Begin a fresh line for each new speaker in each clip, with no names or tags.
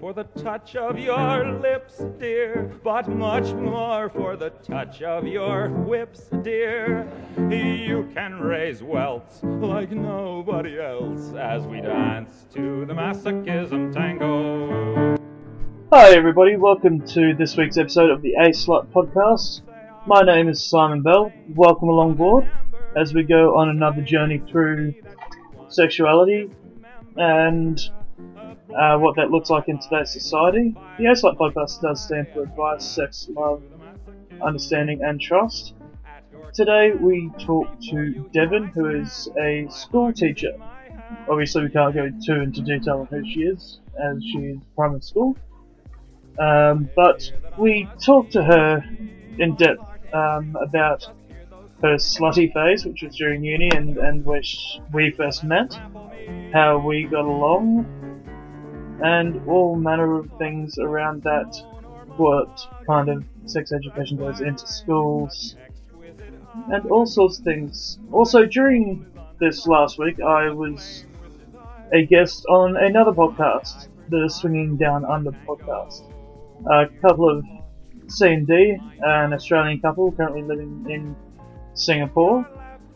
for the touch of your lips, dear, but much more for the touch of your whips, dear. You can raise welts like nobody else as we dance to the masochism tango.
Hi, everybody. Welcome to this week's episode of the A Slot Podcast. My name is Simon Bell. Welcome along board as we go on another journey through sexuality and uh, what that looks like in today's society. The A Slot Podcast does stand for advice, sex, love, understanding, and trust. Today we talk to Devon, who is a school teacher. Obviously, we can't go too into detail on who she is, as she is primary school. Um, but we talked to her in depth um, about her slutty phase, which was during uni and, and where sh- we first met, how we got along, and all manner of things around that. What kind of sex education goes into schools, and all sorts of things. Also, during this last week, I was a guest on another podcast, the Swinging Down Under podcast. A couple of C and D, an Australian couple currently living in Singapore,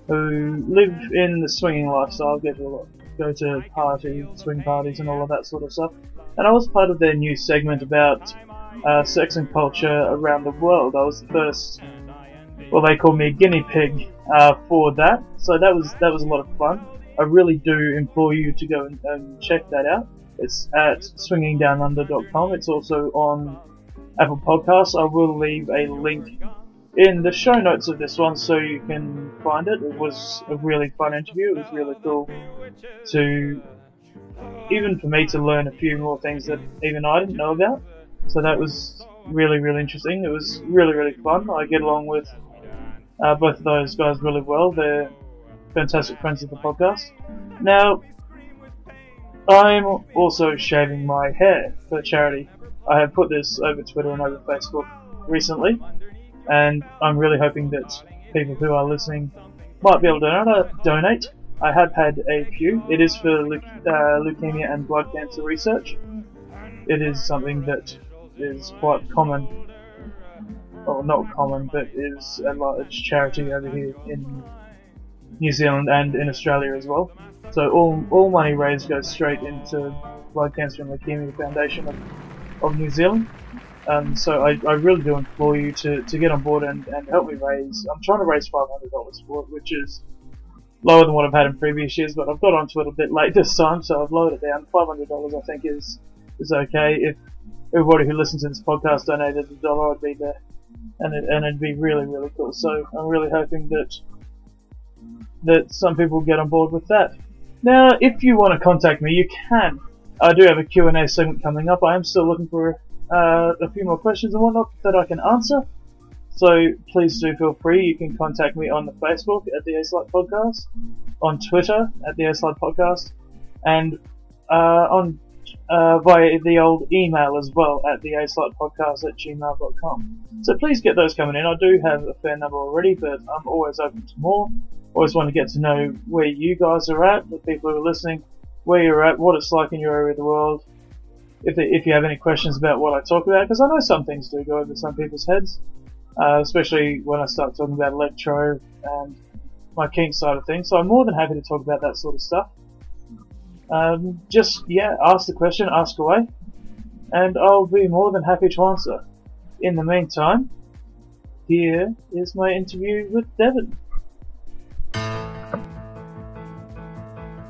who live in the swinging lifestyle, go to a lot, go to parties, swing parties, and all of that sort of stuff. And I was part of their new segment about uh, sex and culture around the world. I was the first well, they call me a guinea pig uh, for that. So that was that was a lot of fun. I really do implore you to go and, and check that out. It's at swingingdownunder.com. It's also on Apple Podcasts. I will leave a link in the show notes of this one so you can find it. It was a really fun interview. It was really cool to even for me to learn a few more things that even I didn't know about. So that was really, really interesting. It was really, really fun. I get along with uh, both of those guys really well. They're fantastic friends of the podcast. Now, I'm also shaving my hair for charity. I have put this over Twitter and over Facebook recently, and I'm really hoping that people who are listening might be able to donate- donate. I have had a few. It is for leu- uh, leukemia and blood cancer research. It is something that is quite common, or not common, but is a large charity over here in New Zealand and in Australia as well. So all all money raised goes straight into Blood Cancer and Leukemia Foundation of, of New Zealand. Um, so I, I really do implore you to, to get on board and, and help me raise. I'm trying to raise five hundred dollars for it, which is lower than what I've had in previous years, but I've got onto it a bit late this time, so I've lowered it down. Five hundred dollars, I think, is is okay. If everybody who listens to this podcast donated a dollar, I'd be there, and it, and it'd be really really cool. So I'm really hoping that that some people get on board with that. Now, if you want to contact me, you can. I do have a Q&A segment coming up. I am still looking for uh, a few more questions and whatnot that I can answer. So please do feel free. You can contact me on the Facebook at the Slide Podcast, on Twitter at the Slide Podcast, and uh, on uh, via the old email as well at the Podcast at gmail.com. So please get those coming in. I do have a fair number already, but I'm always open to more. Always want to get to know where you guys are at, the people who are listening, where you're at, what it's like in your area of the world. If, if you have any questions about what I talk about, because I know some things do go over some people's heads, uh, especially when I start talking about electro and my kink side of things. So I'm more than happy to talk about that sort of stuff. Um, just yeah, ask the question, ask away, and I'll be more than happy to answer. In the meantime, here is my interview with Devon.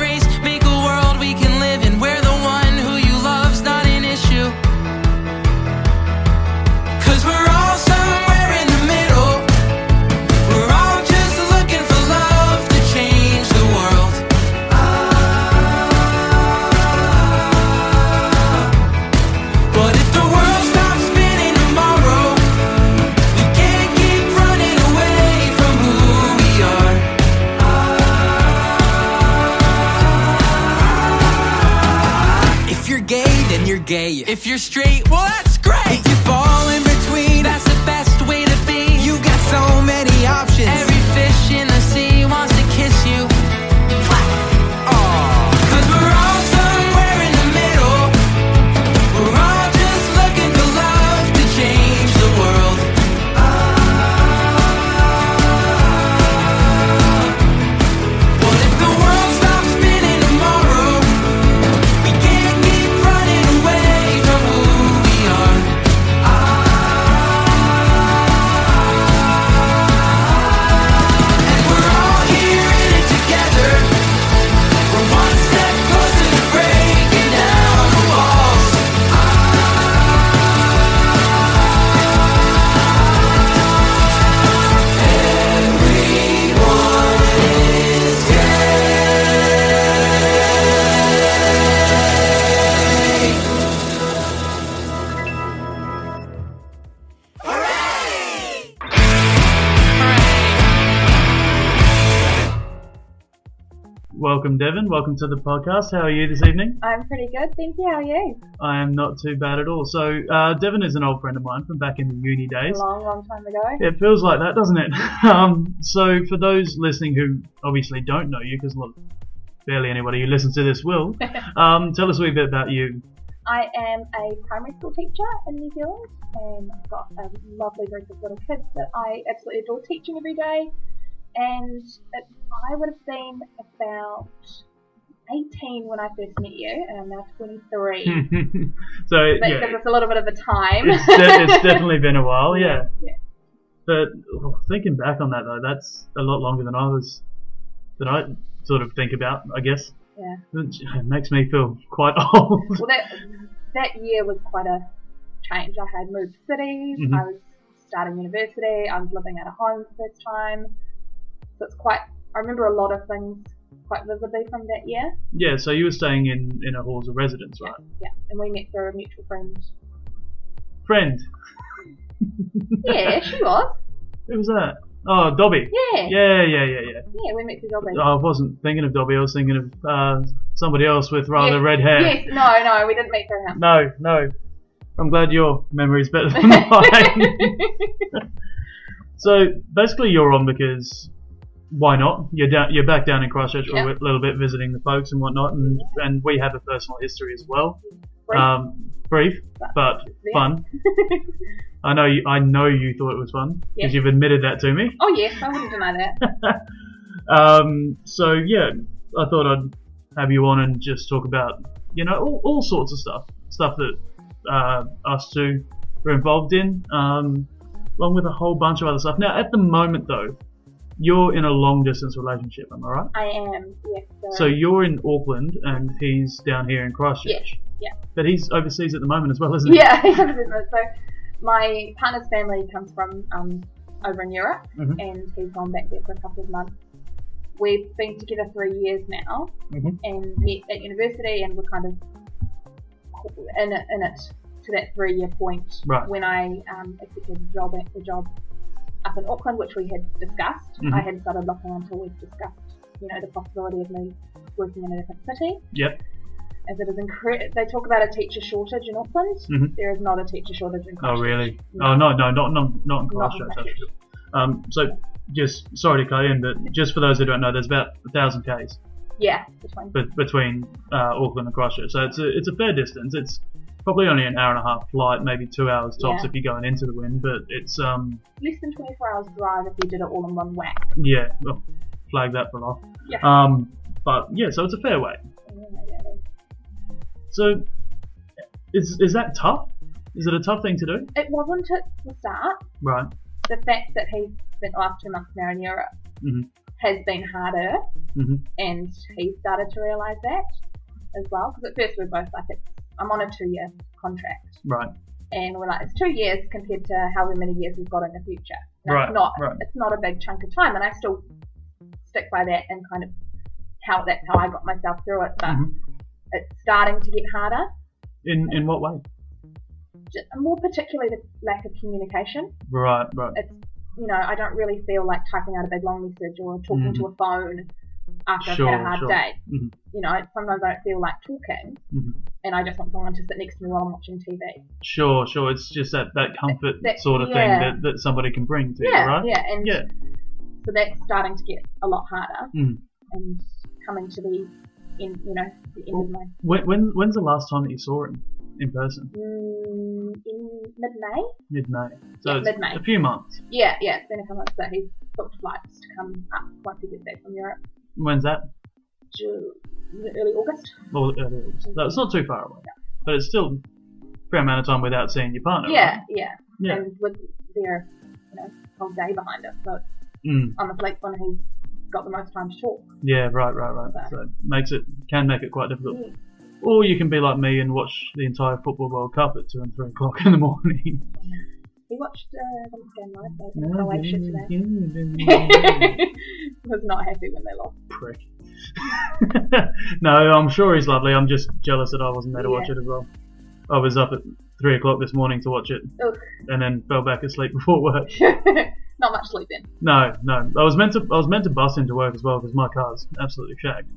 race. Make a world we can live in where the one who you love's not an issue. Cause we're all somewhere in the middle. We're all just looking for love to change the world. But if the world stops spinning tomorrow, we can't keep running away from who we are. gay. If you're straight, well, that's great. If you fall in between,
That's the best way to be.
you got so many options.
Every fish in the sea wants to kiss you.
Cause we're all somewhere in the middle. We're all just looking for love to change the world. Ah. Well, if the world stops spinning tomorrow, we can't keep running away from who we are. And we're all here in it together. We're one step closer to breaking down the walls.
Welcome, Devin. Welcome to the podcast. How are you this evening?
I'm pretty good, thank you. How are you?
I am not too bad at all. So, uh, Devin is an old friend of mine from back in the uni days.
Long, long time ago.
It feels like that, doesn't it? um, so, for those listening who obviously don't know you, because look, barely anybody who listens to this will, um, tell us a wee bit about you.
I am a primary school teacher in New Zealand, and I've got a lovely group of little kids that I absolutely adore teaching every day. And it, I would have been about 18 when I first met you, and I'm now 23.
so,
That
Hmm. yeah,
gives us a little bit of a time.
it's, de- it's uh, definitely been a while, yeah.
yeah.
But oh, thinking back on that though, that's a lot longer than I was, than I sort of think about. I guess
Yeah.
it makes me feel quite old.
Well, that that year was quite a change. I had moved cities.
Mhm.
I was starting university. I was living at a home for the first time. So it's quite. I remember a lot of things quite vividly from that year.
yeah. So you were staying in in a halls of residence, right?
Yeah, and we met through a mutual friend.
Friend,
Yeah, she was.
who was that? Oh, Dobby.
Yeah, yeah.
Yeah, yeah, yeah, yeah.
we met through Dobby.
I wasn't thinking of Dobby. I was thinking of uh, somebody else with rather
Yes,
red hair.
Yes, no, no, we didn't meet through him.
No, no. I'm glad your memory's better than mine. so basically, you're on because why not? You're down, you're back down in Christchurch for a little bit, visiting the folks and whatnot, and and we have a personal history as well.
Brief.
Um, brief, but
Yeah.
fun. I know you. I know you thought it was fun
Yeah.
because you've admitted that to me.
Oh yes, I wouldn't deny that.
Um, so yeah, I thought I'd have you on and just talk about you know all, all sorts of stuff, stuff that uh, us two were involved in, um, along with a whole bunch of other stuff. Now at the moment though, you're in a long distance relationship, am I right?
I am. Yes.
So you're in Auckland and he's down here in Christchurch.
Yeah,
But he's overseas at the moment as well, isn't he?
Yeah, so my partner's family comes from um, over in Europe,
Mhm.
and he's gone back there for a couple of months. We've been together for years now,
Mhm.
and met at university, and we're kind of in it, in it to that three-year point
Right.
when I um, accepted a job at the job up in Auckland, which we had discussed.
Mhm.
I had started looking until we'd discussed, you know, the possibility of me working in a different city
Yep.
as it is incre- they talk about a teacher shortage in Auckland.
Mhm.
There is not a teacher shortage in
Oh
Christchurch.
really?
No.
Oh no, no, not not not in
Not in
Christchurch.
Christchurch.
actually. Um, so just sorry to cut in, but just for those who don't know, there's about a thousand k's
Yeah, between
be- between uh, Auckland and Christchurch, so it's a it's a fair distance. It's probably only an hour and a half flight, maybe two hours tops
Yeah.
if you're going into the wind. But it's um
less than 24 hours drive if you did it all in one whack.
yeah, well, flag that for off.
Yeah.
Um, but yeah, so it's a fair way.
Mm-hmm.
So is is that tough? Is it a tough thing to do?
It wasn't at the start.
Right.
The fact that he spent the last two months now in Europe
Mhm.
has been harder,
hmm
and he started to realise that as well. Because at first we were both like, it's, I'm on a two year contract.
Right.
and we're like, it's two years compared to however many years we've got in the future. Now,
Right,
it's not
right.
it's not a big chunk of time, and I still stick by that and kind of how that's how I got myself through it. But
Mhm.
it's starting to get harder,
In in what way?
J- more particularly the lack of communication.
Right. Right.
It's you know I don't really feel like typing out a big long message or talking to a phone after
Mm-hmm. Sure,
I've had a hard
sure.
day.
Mhm.
You know, sometimes I don't feel like talking,
Mhm.
and I just want someone to sit next to me while I'm watching TV.
Sure, sure. It's just that, that comfort
That-
sort of
yeah.
thing that, that somebody can bring to
Yeah,
you, right?
yeah, and
Yeah.
so that's starting to get a lot harder,
Mm.
and coming to the end, you know, the end of my
When, when when's the last time that you saw him in person?
mm, in mid May.
Mid May. So
Yeah,
it's
mid-May.
a few months.
Yeah, yeah, it's been a couple months that he's booked flights to come up once he gets back from Europe.
When's that?
June, early August.
Well, uh, that's not too far away, but it's still a fair amount of time without seeing your partner. Oh,
yeah,
right?
yeah,
Yeah.
and with their you know whole day behind us, so
Mm,
on the flight when he's got the most time to talk.
yeah. Right. Right. Right. So makes it can make it quite difficult.
Yeah.
Or you can be like me and watch the entire football World Cup at two and three o'clock in the morning.
He watched uh, them again live, so I
Yeah,
no way shit
yeah,
today.
yeah, yeah, yeah.
was not happy when they lost.
Prick. no, I'm sure he's lovely. I'm just jealous that I wasn't there to watch
Yeah.
it as well. I was up at three o'clock this morning to watch it,
Ugh.
and then fell back asleep before work.
not much sleep then.
No, no. I was meant to. I was meant to bus into work as well because my car's absolutely shagged.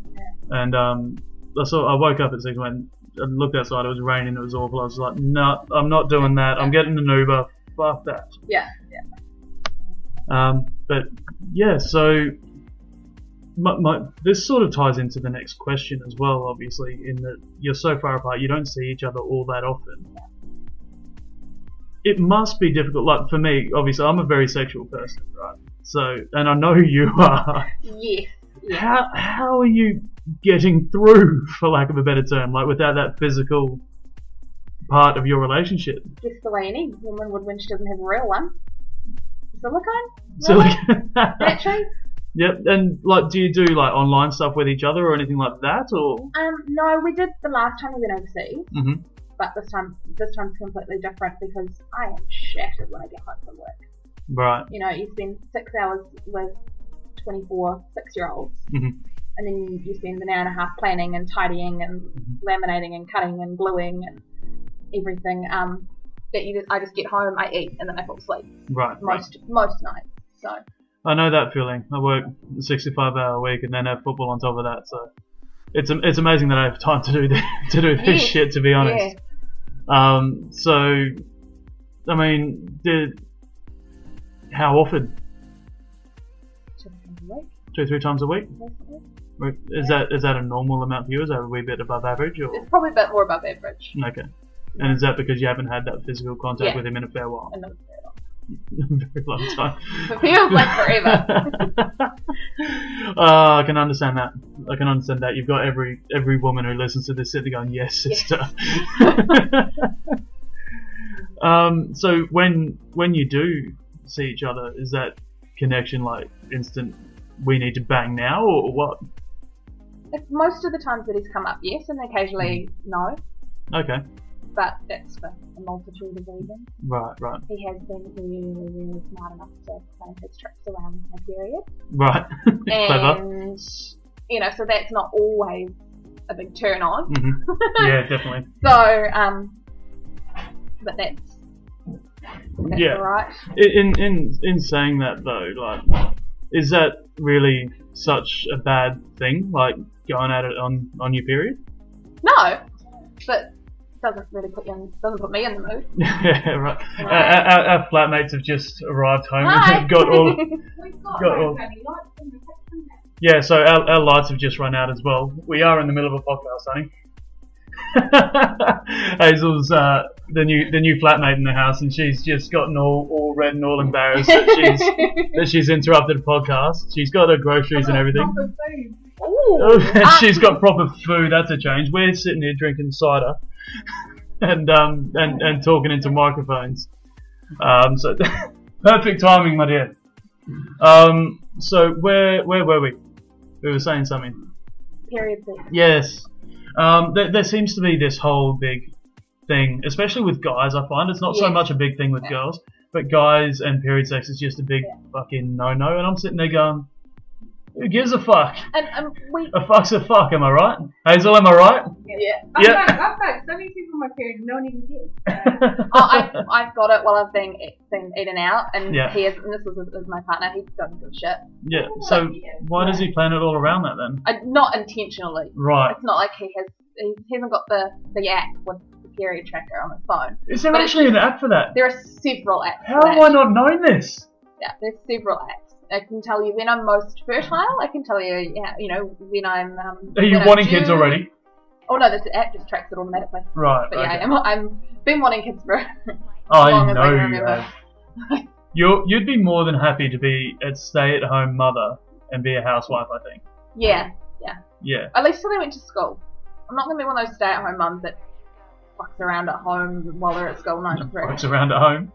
And um, I saw. I woke up at six when I looked outside. It was raining. It was awful. I was like, no, I'm not doing that. I'm getting an Uber. Fuck that.
Yeah, yeah.
Um, but yeah, so my, my, this sort of ties into the next question as well, obviously, in that you're so far apart, you don't see each other all that often. It must be difficult. Like for me, obviously, I'm a very sexual person, right? So, and I know you are.
Yes. Yeah.
How how are you getting through, for lack of a better term, like without that physical part of your relationship?
Guess the way any woman would when she doesn't have a real one. Silicone?
So,
Really?
like,
Actually,
Yep, and like, do you do like online stuff with each other or anything like that, or?
um, no, we did the last time we went overseas,
Mhm.
but this time, this time's completely different because I am shattered when I get home from work.
Right.
You know, you spend six hours with 24 six-year-olds,
Mhm.
and then you spend an hour and a half planning and tidying and laminating and cutting and gluing and everything. Um, that you, I just get home, I eat, and then I fall asleep.
Right. right.
most most nights. So
I know that feeling. I work a 65 hour week and then have football on top of that, so it's am- it's amazing that I have time to do this, to do this
Yeah.
shit. To be honest. Um. So, I mean, did how often?
yeah, a week
Two, three times a week.
basically.
Is that is that a normal amount for you? Is that a wee bit above average? Or
It's probably a bit more above average.
okay. And is that because you haven't had that physical contact
Yeah.
with him in a fair while?
And it
very long time.
feels like forever.
Uh, I can understand that. I can understand that. You've got every every woman who listens to this sitting going, "Yes,
Yes.
sister." um, so when when you do see each other, is that connection like instant? We need to bang now, or what?
It's most of the times that he's come up, yes, and occasionally no,
Okay,
but that's for a multitude of reasons.
right, right,
He has been really, really smart enough to plan his trips around my period.
right. Clever.
And, you know, so that's not always a big turn on.
hmm Yeah, definitely.
So, um, but that's, that's
Yeah.
alright.
In in- in in saying that though, like, is that really such a bad thing? Like going at it on on your period?
No, but doesn't really put you in, doesn't put me in the mood.
yeah, right. Our, our, our flatmates have just arrived home and
Hi.
have got all.
We've got
Got all- Yeah, so our, our lights have just run out as well. We are in the middle of a podcast, honey. Hazel's uh, the new the new flatmate in the house, and she's just gotten all, all red and all embarrassed that she's that she's interrupted a podcast. She's got her groceries and everything.
Ooh.
Oh, she's got proper food. That's a change. We're sitting here drinking cider and um and, and talking into microphones. Um, so perfect timing, my dear. Um, so where where were we? We were saying something.
Period sex.
Yes. Um, there, there seems to be this whole big thing, especially with guys. I find it's not so
Yeah.
much a big thing with girls, but guys and period sex is just a big fucking no no. And I'm sitting there going, Who gives a fuck?
And um, we,
A fuck's a fuck, am I right? Hazel, am I right?
yeah.
I'm
Yeah.
back, I'm back. So many people in my period, no one even cares.
Oh, I, I've got it while I've been, e, been eaten out, and
Yeah.
he is, and this was, was my partner, he doesn't give a shit.
yeah, so why does he plan it all around that then?
I, not intentionally.
Right.
It's not like he has, he hasn't got the, the app with the period tracker on his phone.
Is there actually an app for that?
There are several apps.
How
for
have
that.
I not known this?
Yeah, there's several apps. I can tell you when I'm most fertile. I can tell you, yeah, you know, when I'm. Um,
Are you
when I'm
wanting kids
due.
already?
Oh no, this app just tracks it automatically.
Right.
But
okay.
yeah, I'm, I'm been wanting kids for.
I
long as I
know
can
you
remember.
have. You're, you'd be more than happy to be a stay-at-home mother and be a housewife, I think.
yeah,
Yeah.
at least till they went to school. I'm not gonna be one of those stay-at-home mums that fucks around at home while they're at school nine to
Works
three.
around at home.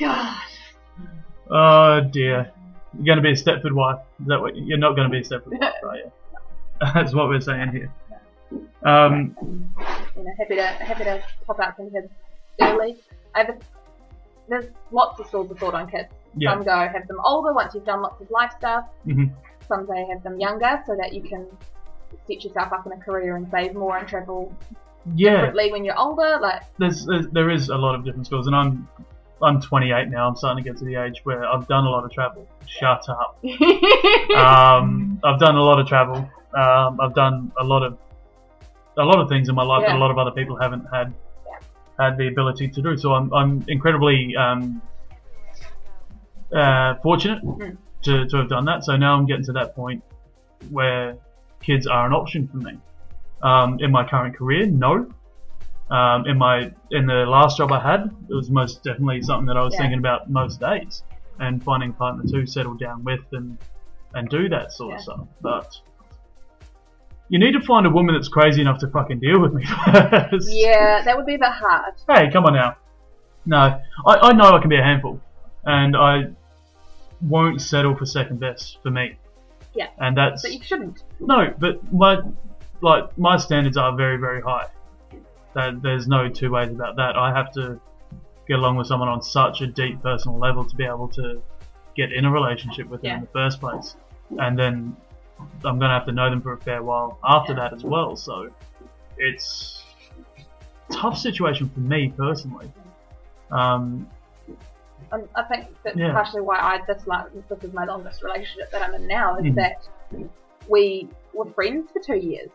God,
oh dear. You're going to be a Stepford wife. Is that what you're not going to be a Stepford wife, are you? That's what we're saying here. Um,
you know, happy to happy to pop out some kids early. I have a, there's lots of schools of thought on kids.
yeah.
Some go have them older once you've done lots of life stuff.
Mhm.
Some say have them younger so that you can set yourself up in a career and save more and travel
Yeah.
differently when you're older. Like,
there's, there's there is a lot of different schools, and I'm I'm 28 now. I'm starting to get to the age where I've done a lot of travel. Shut up. um, I've done a lot of travel. Um, I've done a lot of a lot of things in my life that a
Yeah.
lot of other people haven't had had the ability to do. So I'm I'm incredibly um, uh, fortunate
Mm.
to to have done that. So now I'm getting to that point where kids are an option for me. Um, in my current career, no. Um, in my in the last job I had, it was most definitely something that I was
Yeah.
thinking about most days, and finding a partner to settle down with and and do that sort of
Yeah.
stuff. But you need to find a woman that's crazy enough to fucking deal with me first.
yeah, that would be a bit hard.
Hey, come on now. No, I, I know I can be a handful, and I won't settle for second best for me.
Yeah.
And that's
But you shouldn't.
no, but my like my standards are very very high. That there's no two ways about that. I have to get along with someone on such a deep personal level to be able to get in a relationship with them in
Yeah.
the first place, and then I'm gonna have to know them for a fair while after that as well. So it's a tough situation for me personally. Um,
Um, I think that's
Yeah.
partially why I this like this is my longest relationship that I'm in now is
Mhm.
that we were friends for two years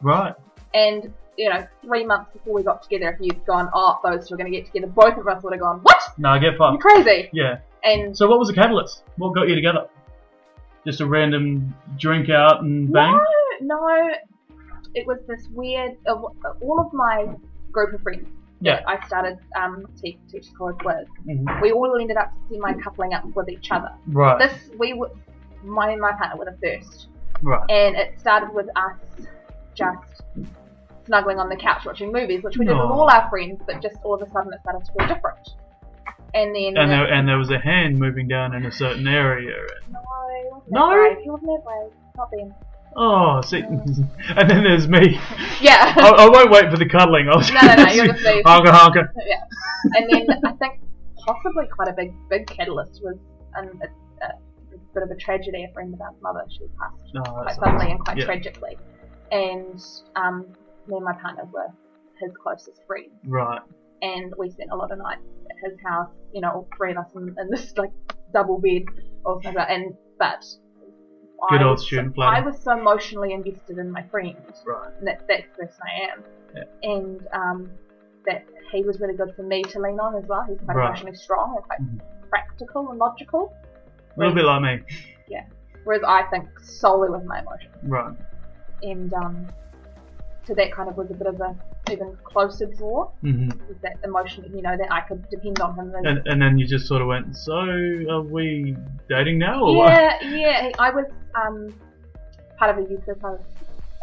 right?
and you know three months before we got together if you'd gone oh those two are going to get together both of us would have gone what
No, I get
you're
fucked.
crazy
Yeah.
and
So what was the catalyst? What got you together? Just a random drink out and bang.
No, no. It was this weird. Uh, all of my group of friends
Yeah.
that I started um, te- teacher college with,
Mhm.
we all ended up semi coupling up with each other.
Right.
This we were, my and my partner were the first,
right.
and it started with us just snuggling on the couch watching movies, which we did with
Aw.
all our friends, but just all of a sudden it started to feel different. And then
And there, and there was a hand moving down in a certain area.
no, he wasn't
No?
that brave. He wasn't that brave. Not then.
Oh, see, and then there's me.
Yeah.
I, I won't wait for the cuddling. I'll just
No, no, no, you're just me.
honker, honker.
and then I think possibly quite a big big catalyst was um, a, a bit of a tragedy. A friend of ours' mother, she passed
No,
quite
that's
suddenly and quite
yeah.
tragically, and um, me and my partner were his closest friends,
right.
and we spent a lot of nights at his house. You know, all three of us in, in this like double bed or something. like that, And but
Good
I
old
was so-
student
I
planning.
was so emotionally invested in my friend
Right.
and that, that's the person I am.
Yeah.
And um, that he was really good for me to lean on as well. He's quite
Right. Mm-hmm.
emotionally strong and quite practical and logical.
A little bit like me.
Whereas I think solely with my emotions.
Right.
And um, so that kind of was a bit of a even closer draw
hmm
with that emotion, you know, that I could depend on him. And,
And, and then you just sort of went. So are we dating now or what?
yeah, yeah. I was um, part of a youth group I was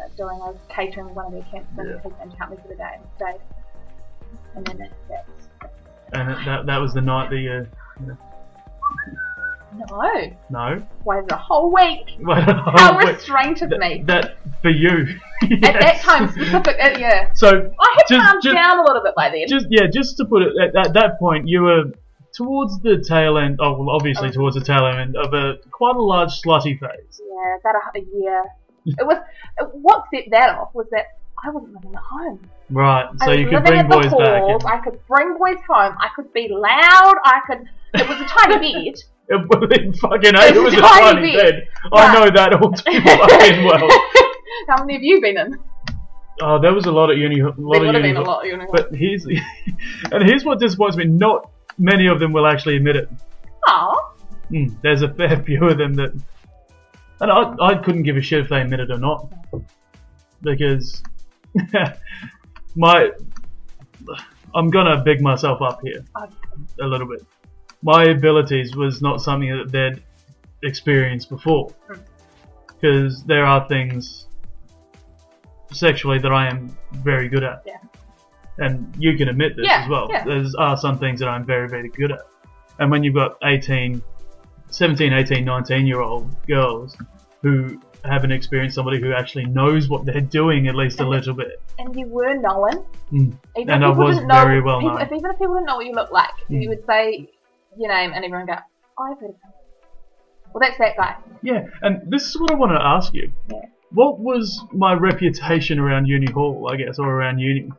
uh, doing. I was catering for one of their camps and
Yeah.
he came to help me for the day and stayed. And then that, that's
And it- that that was the night that you.
no.
No.
waited a whole week.
Well,
How
wait,
restraint of
that-
me
That for you.
at that
Yes.
time specific. Uh, yeah,
So
I had
Just-
calmed
just-
down a little bit by then.
just yeah, just to put it at, at that point, you were towards the tail end, oh, well, obviously towards the tail end of a quite a large slutty phase.
Yeah, about a, a year. It was what set that off was that I wasn't living at home.
Right, so
I was
you could
living
bring
at the
boys back.
halls,
and-
I could bring boys home. I could be loud. I could. It was a tiny bed.
It, was- fucking A, it was a
Tiny
tiny
bit.
bed. I know that all too fucking well.
How many have you been in?
Oh, there was a lot of uni. A lot
there would
of
have
uni.
been a lot. You know.
But here's and here's what disappoints me: not many of them will actually admit it.
Aw.
Hmm, there's a fair few of them that, and I, I couldn't give a shit if they admit it or not, because my I'm gonna big myself up here
Okay.
a little bit. My abilities was not something that they'd experienced before,
Hmm.
because there are things sexually that I am very good at,
Yeah.
and you can admit this
Yeah,
as well.
yeah.
There's are some things that I'm very very good at, and when you've got 18, 17, 18, 19 year old girls who haven't experienced somebody who actually knows what they're doing at least a little bit.
And you were known.
Mm.
Even
And I
if people
was
didn't know,
very well
people,
known.
If, even if people didn't know what you looked like,
Mm.
you would say your name, and everyone would go, "Oh, "I've heard of him." Well, that's that guy.
Yeah, and this is what I want to ask you.
Yeah.
What was my reputation around Uni Hall, I guess, or around Uni?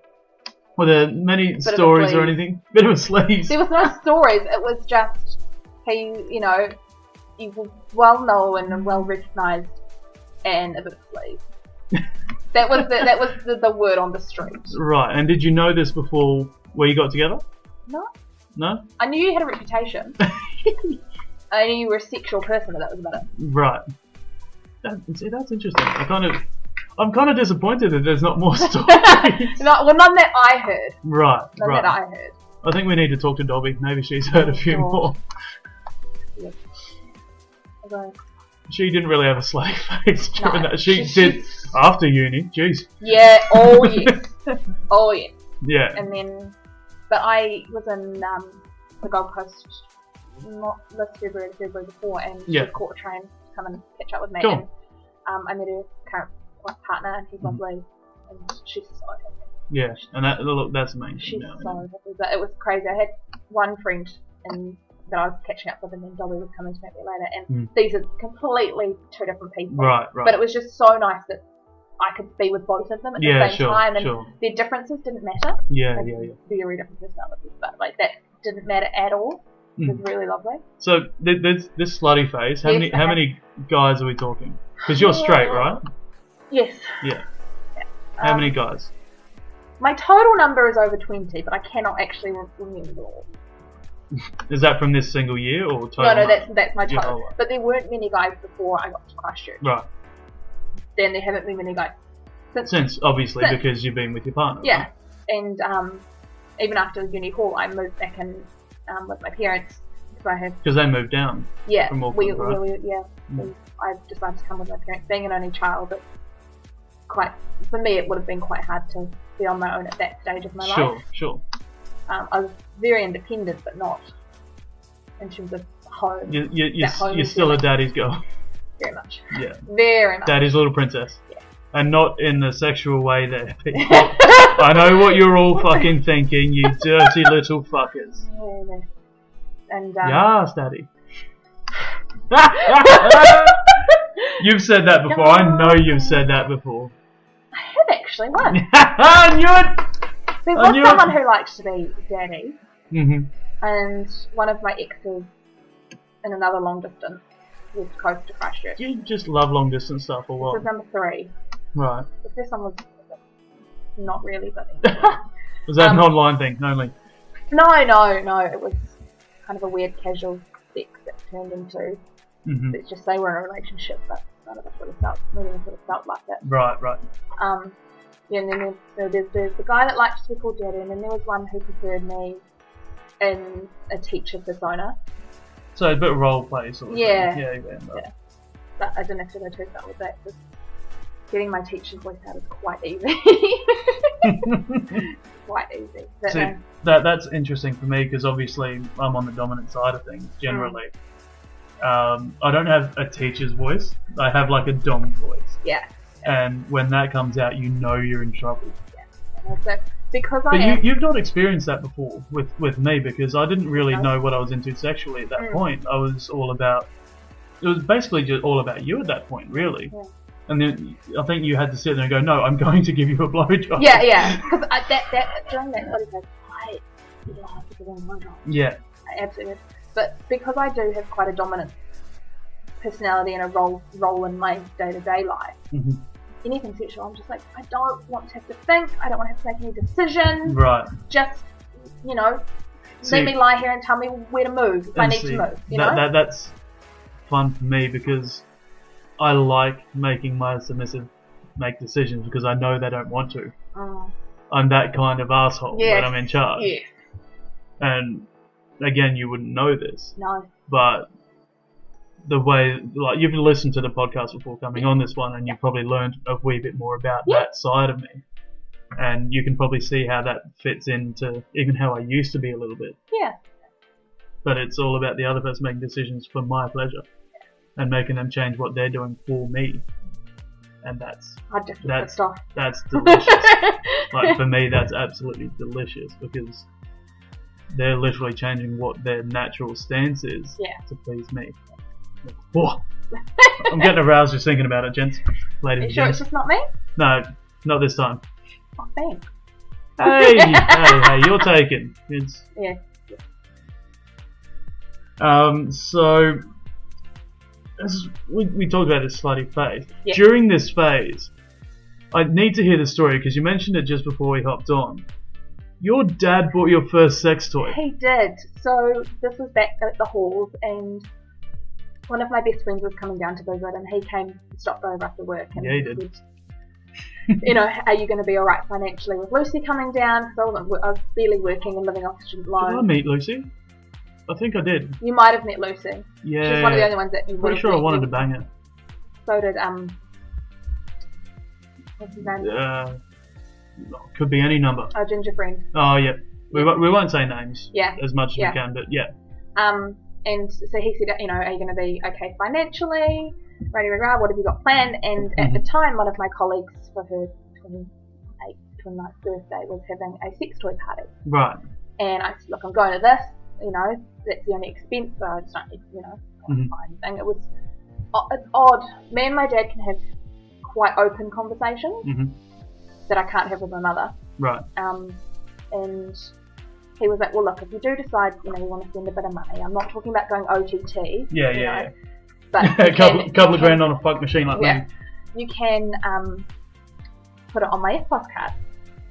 Were there many
of a
stories or
sleaze.
anything? Bit of a sleaze.
There was no stories. It was just he, you know, he was well known and well recognised, and a bit sleaze. that was the, that was the, the word on the street.
Right, and did you know this before where you got together?
No,
No?
I knew you had a reputation. I knew you were a sexual person, but that was about it.
Right. That, see, that's interesting. I kind of, I'm kind of disappointed that there's not more stories.
No, well, none that I heard.
right,
None
right.
that I heard.
I think we need to talk to Dobby. Maybe she's heard a few
Sure.
more.
Although-
She didn't really have a slave face during
No,
that. She,
she-
did after uni. Jeez.
Yeah, oh yes, oh yes.
Yeah.
And then, but I was in um, the Gold Coast not this February, the February before, and
Yeah.
she caught a train to come and catch up with me.
Cool. Mm-hmm.
And, um, I met her current wife partner, and he's lovely, and she's so happy.
Yeah, and that, look, that's amazing.
She's
now.
so happy. But it was crazy. I had one friend and that I was catching up with, and then Dolly was coming to meet me later, and
Mm.
these are completely two different people.
Right, right.
But it was just so nice that I could be with both of them at
yeah,
the same
sure,
time, and
sure.
their differences didn't matter
Yeah,
and
yeah, yeah.
very different personalities, but like that didn't matter at all. It
Mm.
was really lovely.
So th- this this slutty face. How
Yes,
many how
I-
many guys are we talking? Because you're straight, right?
Yes.
Yeah.
Um,
How many guys?
My total number is over twenty, but I cannot actually re- remember them all.
Is that from this single year or total?
No, no,
number?
that's that's my
Yeah, oh,
total.
alright.
But there weren't many guys before I got to Christchurch.
right.
Then there haven't been many guys since.
Since obviously
Since-
because you've been with your partner.
Yeah,
right?
and um, even after uni hall, I moved back in um, with my parents because I had
'Cause they moved down.
yeah,
From Auckland,
we,
right?
we, we yeah.
Mm.
we- I decided to come with my parents, being an only child. But quite for me, it would have been quite hard to be on my own at that stage of my
sure,
life.
sure.
Um, I was very independent, but not in terms of home
You you you
That whole
you're still a daddy's girl.
very much,
Yeah,
very much.
daddy's little princess. And not in the sexual way there, people. I know what you're all fucking thinking, you dirty little fuckers.
Yeah, yeah. And um,
Yes, Daddy. you've said that before. I know you've said that before.
I have actually once.
I knew
There
I
was
knew it.
someone who liked to be daddy,
it. hmm
and one of my exes in another long distance west coast to Christchurch.
You just love long distance stuff Um, or what?
This is number three.
Right.
The first one was not really funny.
Was that an
Um,
online thing only?
no, no, no. It was kind of a weird casual sex that turned into.
hmm
Let's just say we're in a relationship, but none of us really felt, none of us really felt like it.
Right, right.
Um, yeah, and then there's, so there's, there's the guy that liked to be called daddy, and then there was one who preferred me in a teacher persona,
So a bit of role play sort of thing.
Yeah.
Yeah, yeah, right.
but I didn't have to go too far with that. Just getting my teacher's voice out is quite easy. quite easy. But, um,
See,
no.
that that's interesting for me because obviously I'm on the dominant side of things generally. Um, I don't have a teacher's voice. I have like a dom voice,
yeah.
and when that comes out, you know you're in trouble.
And so because I
But
am.
you, you've not experienced that before with, with me because I didn't really know what I was into sexually at that
Mm.
point. I was all about. It was basically just all about you at that point, really.
Yeah.
And then I think you had to sit there and go, "No, I'm going to give you a blowjob."
yeah, yeah. Because that that during that sort of like, I you know, I give away my job.
Yeah.
I absolutely. am. But because I do have quite a dominant personality and a role role in my day to day life,
Mhm.
anything sexual, I'm just like I don't want to have to think. I don't want to have to make any decisions.
Right.
Just you know,
See-
let me lie here and tell me where to move if I
And
need
see,
to move. You
that,
know.
that that's fun for me because I like making my submissive make decisions because I know they don't want to.
Mm.
I'm that kind of asshole
Yes.
that I'm in charge.
Yeah.
And again, you wouldn't know this,
No.
but the way like you've listened to the podcast before coming on this one, and you probably learned a wee bit more about
Yeah.
that side of me. And you can probably see how that fits into even how I used to be a little bit
Yeah.
but it's all about the other person making decisions for my pleasure and making them change what they're doing for me. And that's
I just get
That's-
pissed off.
that's delicious. like for me, that's absolutely delicious because they're literally changing what their natural stance is
Yeah.
to please me. Whoa. I'm getting aroused just thinking about it, gents, ladies
Are you
and
sure
gents.
it's just not me?
No, not this time.
Oh, thanks.
Hey, hey, hey, you're taken. It's
Yeah.
Um, so, as we, we talked about this slutty phase.
Yeah.
During this phase, I need to hear the story because you mentioned it just before we hopped on. Your dad bought your first sex toy.
He did. So this was back at the halls, and one of my best friends was coming down to visit, and he came, stopped over after work, and
Yeah, he did.
said, you know, are you going to be all right financially with Lucy coming down? Because I, wasn't- I was barely working and living off student
Did I
loan.
meet Lucy? I think I did.
You might have met Lucy. She was one of the only
Yeah.
ones that you would
Pretty
have
sure I
met.
wanted to bang it.
So did um. What's his name?
Uh, could be any number.
Our ginger friend.
Oh, yeah. We, won't- we won't say names
Yeah.
as much as
Yeah.
we can, but yeah.
Um, and so he said, you know, are you going to be okay financially? Rah, rah, rah, what have you got planned? And at the time, one of my colleagues for her 28th, 29th birthday was having a sex toy party.
Right.
And I said, look, I'm going to this, you know, that's the only expense, so I just don't need, you know,
Mhm.
fine thing. It was, o- it's odd. Me and my dad can have quite open conversations
hmm
that I can't have with my mother
Right.
um, and he was like, well, look, if you do decide, you know, you want to spend a bit of money, I'm not talking about going OTT.
Yeah, yeah,
you
yeah.
know, But
a
you
couple,
can-
couple of
you can-
grand on a fuck machine like
Yeah. You can um, put it on my S Plus card.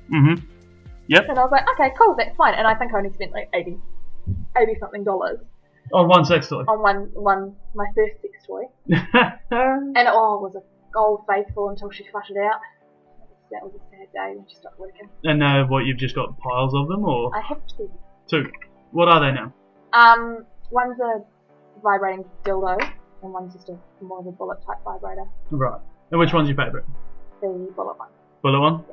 me. hmm
And I was like, okay, cool, that's fine. And I think I only spent like 80, 80 something dollars
On Oh, one sex toy.
on one, one my first sex toy.
yeah,
And oh, it was a gold faithful until she flushed it out. That was a sad day when she stopped working.
And now, what you've just got piles of them, or
I have to.
two? What are they now?
Um, one's a vibrating dildo, and one's just a more of a bullet type vibrator.
Right. And which one's your favourite?
The bullet one.
Bullet one.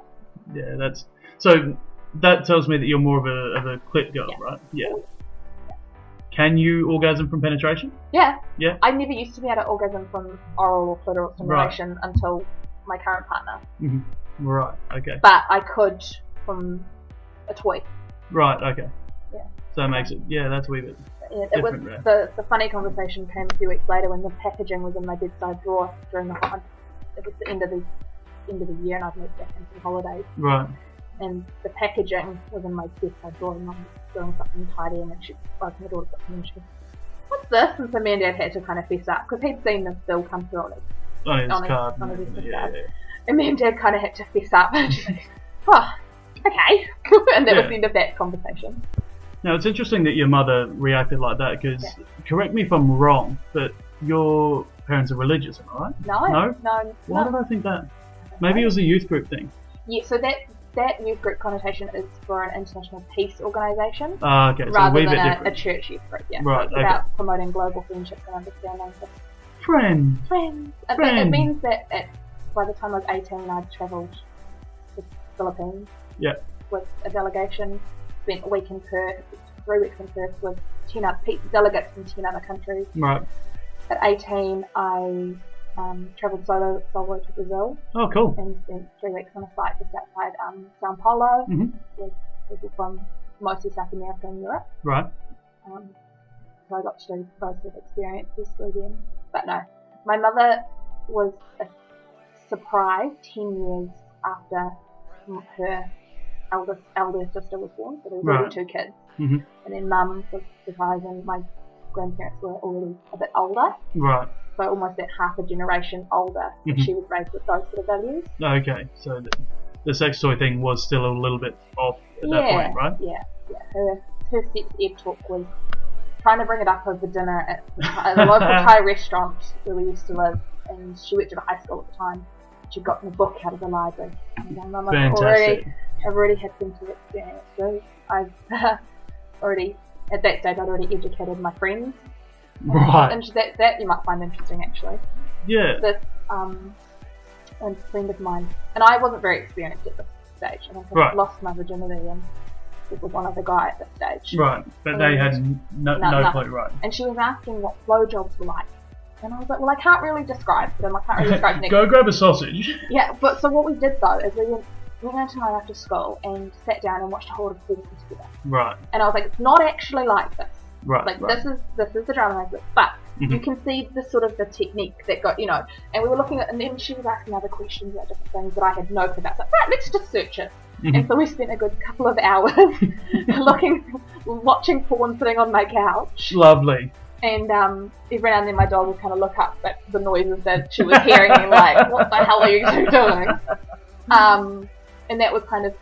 Yeah, that's so. That tells me that you're more of a of a clit girl, right? Yeah. Can you orgasm from penetration?
Yeah.
Yeah.
I never used to be able to orgasm from oral or clitoral stimulation until my current partner,
Mm-hmm. Right. Okay.
but I could from a toy.
Right. Okay.
Yeah.
So that makes it. Yeah, that's a wee bit.
It, it was
Different,
the, the funny conversation came a few weeks later when the packaging was in my bedside drawer during the hot. It was the end of the end of the year, and I'd moved back in from holidays.
Right.
and the packaging was in my desk. I draw and I'm doing something tidy and then she opened the door to something and she goes, What's this? And so me and Dad had to kind of fess up because he'd seen this bill come through on it.
On his
On his-
card.
on his
yeah,
card.
yeah, yeah.
And me and Dad kind of had to fess up and she's like, Oh, okay. and that was
Yeah.
the end of that conversation.
Now it's interesting that your mother reacted like that because, correct me if I'm wrong, but your parents are religious, am I right?
No,
No?
no.
Why
no.
did I think that? Maybe it was a youth group thing.
Yeah, so that, that youth group connotation is for an international peace organisation.
Ah, okay, so a
Rather
wee
than
bit
a, a
different.
church youth group, yeah. So
Right,
it's
okay.
about promoting global friendships and understanding for
Friend.
friends. It, it
Friends.
means that at, by the time I was 18, I'd travelled to the Philippines
Yeah.
with a delegation, spent a week in Perth, three weeks in Perth with 10 other people, delegates from 10 other countries.
Right.
At 18, I um, travelled solo, solo to Brazil
Oh, cool.
and spent three weeks on a flight just outside um, Sao Paulo
hmm
with people from mostly South America and Europe.
Right.
Um, so I got to do both of experiences through them. But no, my mother was a surprise 10 years after m- her eldest, elder sister was born. So there was
Right.
only two kids.
Mhm.
And then mum was surprised and my grandparents were already a bit older.
Right.
So almost that half a generation older. and
Mhm.
She was raised with those sort of values.
Okay. So the, the sex toy thing was still a little bit off at that point, right?
Yeah, yeah. Her, her sex ed talk was trying to bring it up over dinner at, at a local Thai restaurant where we used to live, and she worked at a high school at the time. She'd gotten a book out of the library. And I'm like, I've
Fantastic.
already, I've already had some sort of experience, so I've already, at that stage, I'd already educated my friends.
Right.
And that, that you might find interesting, actually
Yeah.
this um, a friend of mine, and I wasn't very experienced at this stage, and I kind of
Right.
lost my virginity and it was one other guy at this stage.
Right. But they had no,
No,
no
no.
clue, right?
And she was asking what blowjobs were like, and I was like, well, I can't really describe them. I can't really describe next.
Go grab a sausage.
Yeah, but so what we did though is we went we went out after school and sat down and watched a whole lot of porn together,
Right.
and I was like, it's not actually like this.
Right.
Like
right.
this is this is the drama I but you
Mhm.
can see the sort of the technique that got you know. And we were looking at, and then she was asking other questions about different things that I had no clue about. Like, right, let's just search it.
Mhm.
And so we spent a good couple of hours looking, watching porn sitting on my couch.
Lovely.
And um, every now and then my dog would kind of look up at the noises that she was hearing and like, what the hell are you two doing? Um, and that was kind of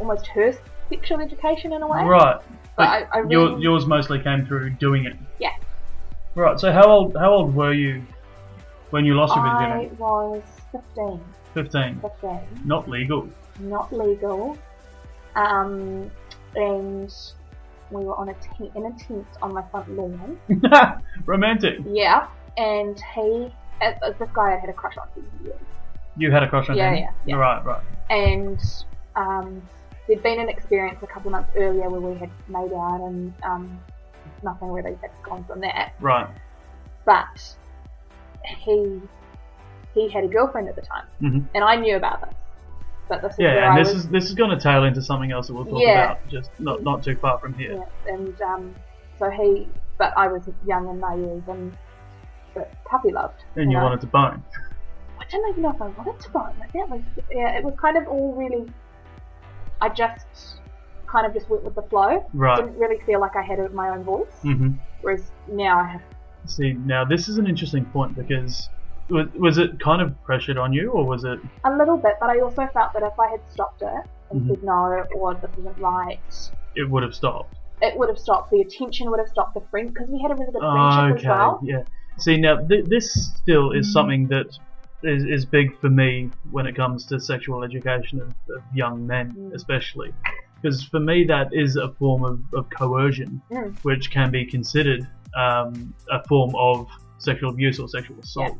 almost her sexual education in a way.
Right.
But I, I really,
Your, yours mostly came through doing it.
Yeah.
Right. So how old how old were you when you lost your
I
virginity?
was 15,
Fifteen.
15.
Not legal.
not legal. Um, and we were on a te- in a tent on my front lawn.
Romantic.
Yeah, and he, uh, uh, this guy I had a crush on for years,
You had a crush on
Yeah,
him.
yeah, yeah.
Right. Right.
and um, there'd been an experience a couple of months earlier where we had made out and um, nothing really had gone from that.
Right.
But he he had a girlfriend at the time,
Mhm.
and I knew about this. But this is where
Yeah, and
I
this
was
is this is going to tail into something else that we'll talk
Yeah.
about, just not not too far from here.
Yeah, and um, so he, but I was young and naive and but puppy loved.
And you
know.
wanted to bone.
I don't even know if I wanted to buy it. Like that was, yeah, it was kind of all really. I just kind of just went with the flow.
Right.
Didn't really feel like I had my own voice.
hmm
Whereas now I have.
See, now this is an interesting point because was, was it kind of pressured on you, or was it
A little bit, but I also felt that if I had stopped it and
Mhm.
said no, or this isn't right,
it would have stopped?
it would have stopped. The attention would have stopped. The friend, because we had a really good friendship
Ah, Okay,
as well. Mm-hmm.
yeah. See, now th- this still is something that is, is big for me when it comes to sexual education of, of young men,
Mm.
especially. Because for me, that is a form of, of coercion,
Mm.
which can be considered um, a form of sexual abuse or sexual assault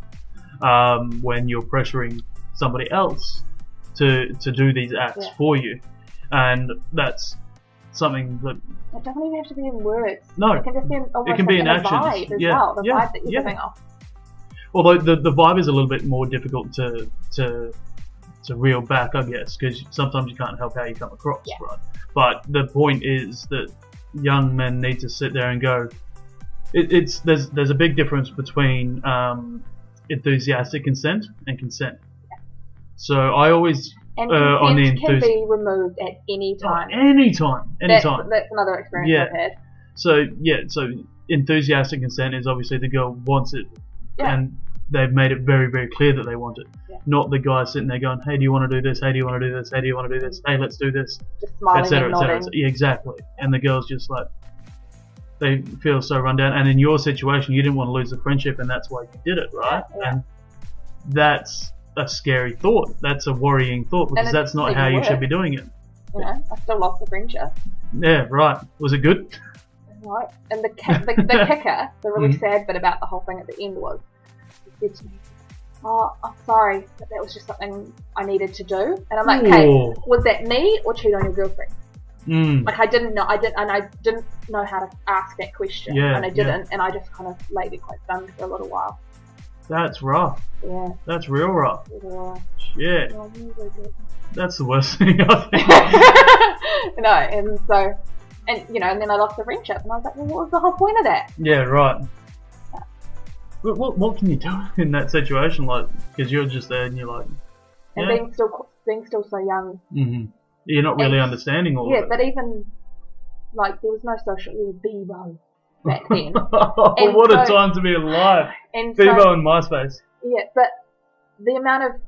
um, when you're pressuring somebody else to, to do these acts
Yeah.
for you. And that's something that
It doesn't even have to be in words.
No.
It can just be in, almost
can be
like
in
a
actions.
vibe as
Yeah,
well. The
yeah,
vibe that you're
yeah.
giving off.
although the, the vibe is a little bit more difficult to to to reel back, I guess, because sometimes you can't help how you come across,
Yeah.
right? But the point is that young men need to sit there and go. It, it's there's there's a big difference between um, enthusiastic consent and consent. So I always
And
Uh,
consent
on the
can
enthus-
be removed at any time.
anytime,
That's,
anytime.
that's another experience
Yeah.
I've had.
So yeah, so enthusiastic consent is obviously the girl wants it,
Yeah.
and they've made it very very clear that they want it.
Yeah.
Not the guy sitting there going, "Hey, do you want to do this? Hey, do you want to do this? Hey, do you want to do this? Hey, let's do this,"
Just smiling
etc.
and
etc.
nodding.
Yeah, exactly. And the girl's just like, they feel so run down. And in your situation, you didn't want to lose the friendship, and that's why you did it, right?
Yeah.
And that's a scary thought. That's a worrying thought because
it's
that's not
even
how you should
worse.
be doing it.
You know, I still lost the friendship.
Yeah, right. Was it good?
Right. And the, ki- the, the kicker, the
Mm-hmm.
really sad bit about the whole thing at the end was, he said to me, Oh, I'm sorry, but that was just something I needed to do. And I'm like, okay,
Ooh.
was that me or cheat on your girlfriend?
Mm.
Like I didn't know, I didn't, and I didn't know how to ask that question,
Yeah,
and I
yeah.
didn't, and I just kind of laid it quite stunned for a little while.
That's rough.
Yeah,
That's real rough.
it was.
Shit.
No, you were good.
That's the worst thing I think.
no, and so, and you know, and then I lost the friendship, and I was like, well, what was the whole point of that?
Yeah, right. What, what, what can you do in that situation? Like, because you're just there and you're like, Yeah.
And being still qu- being still so young.
hmm you're not really
And-
understanding all
yeah,
of
but
it.
even like there was no social, there was Bebo back then,
oh,
and
what a
so-
time to be alive.
and so,
Bebo and MySpace.
yeah, but the amount of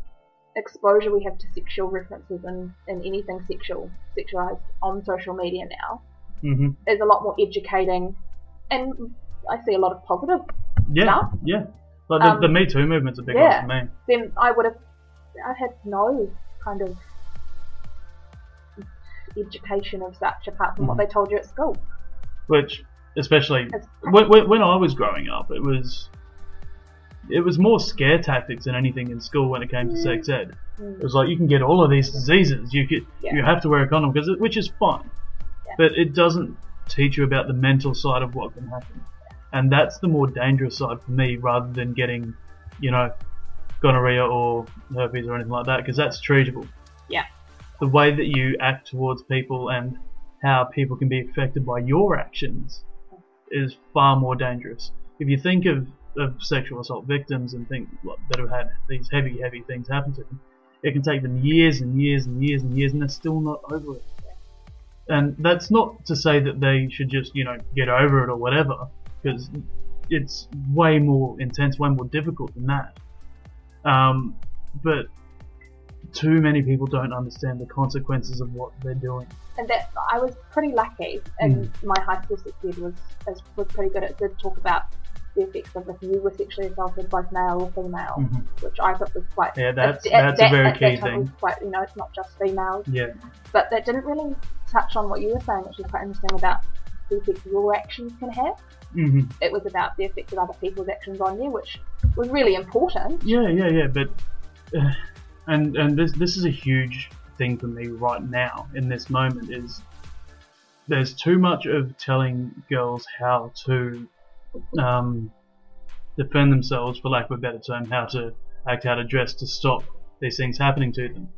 exposure we have to sexual references and, and anything sexual sexualized on social media now
hmm
is a lot more educating, and I see a lot of positive
Yeah,
Stuff.
yeah. Like the,
Um,
the Me Too movement's a big one
yeah.
for me.
then I would have I had no kind of education of such apart from what they told you at school.
Which, especially
It's-
when, when, when I was growing up, it was it was more scare tactics than anything in school when it came to sex ed. It was like you can get all of these diseases. You get,
Yeah.
you have to wear a condom because which is fine, but it doesn't teach you about the mental side of what can happen, and that's the more dangerous side for me rather than getting, you know, gonorrhea or herpes or anything like that because that's treatable.
Yeah.
The way that you act towards people and how people can be affected by your actions is far more dangerous. If you think of, of sexual assault victims and think like, that have had these heavy, heavy things happen to them, it can take them years and years and years and years, and they're still not over it. And that's not to say that they should just, you know, get over it or whatever, because it's way more intense, way more difficult than that. Um, but too many people don't understand the consequences of what they're doing.
And that I was pretty lucky and my high school sixth year was was was pretty good at did talk about the effects of if you were sexually assaulted both male or female,
Mhm.
which I thought was quite
Yeah, that's-
at- at
that's a
that-
very
at that
key
time it
thing.
was Quite, you know, it's not just females.
Yeah.
But that didn't really touch on what you were saying, which is quite interesting about the effects your actions can have.
hmm
It was about the effect of other people's actions on you, which was really important.
Yeah, yeah, yeah. But uh, and and this this is a huge thing for me right now in this moment is there's too much of telling girls how to um, defend themselves, for lack of a better term, how to act, how to dress to stop these things happening to them.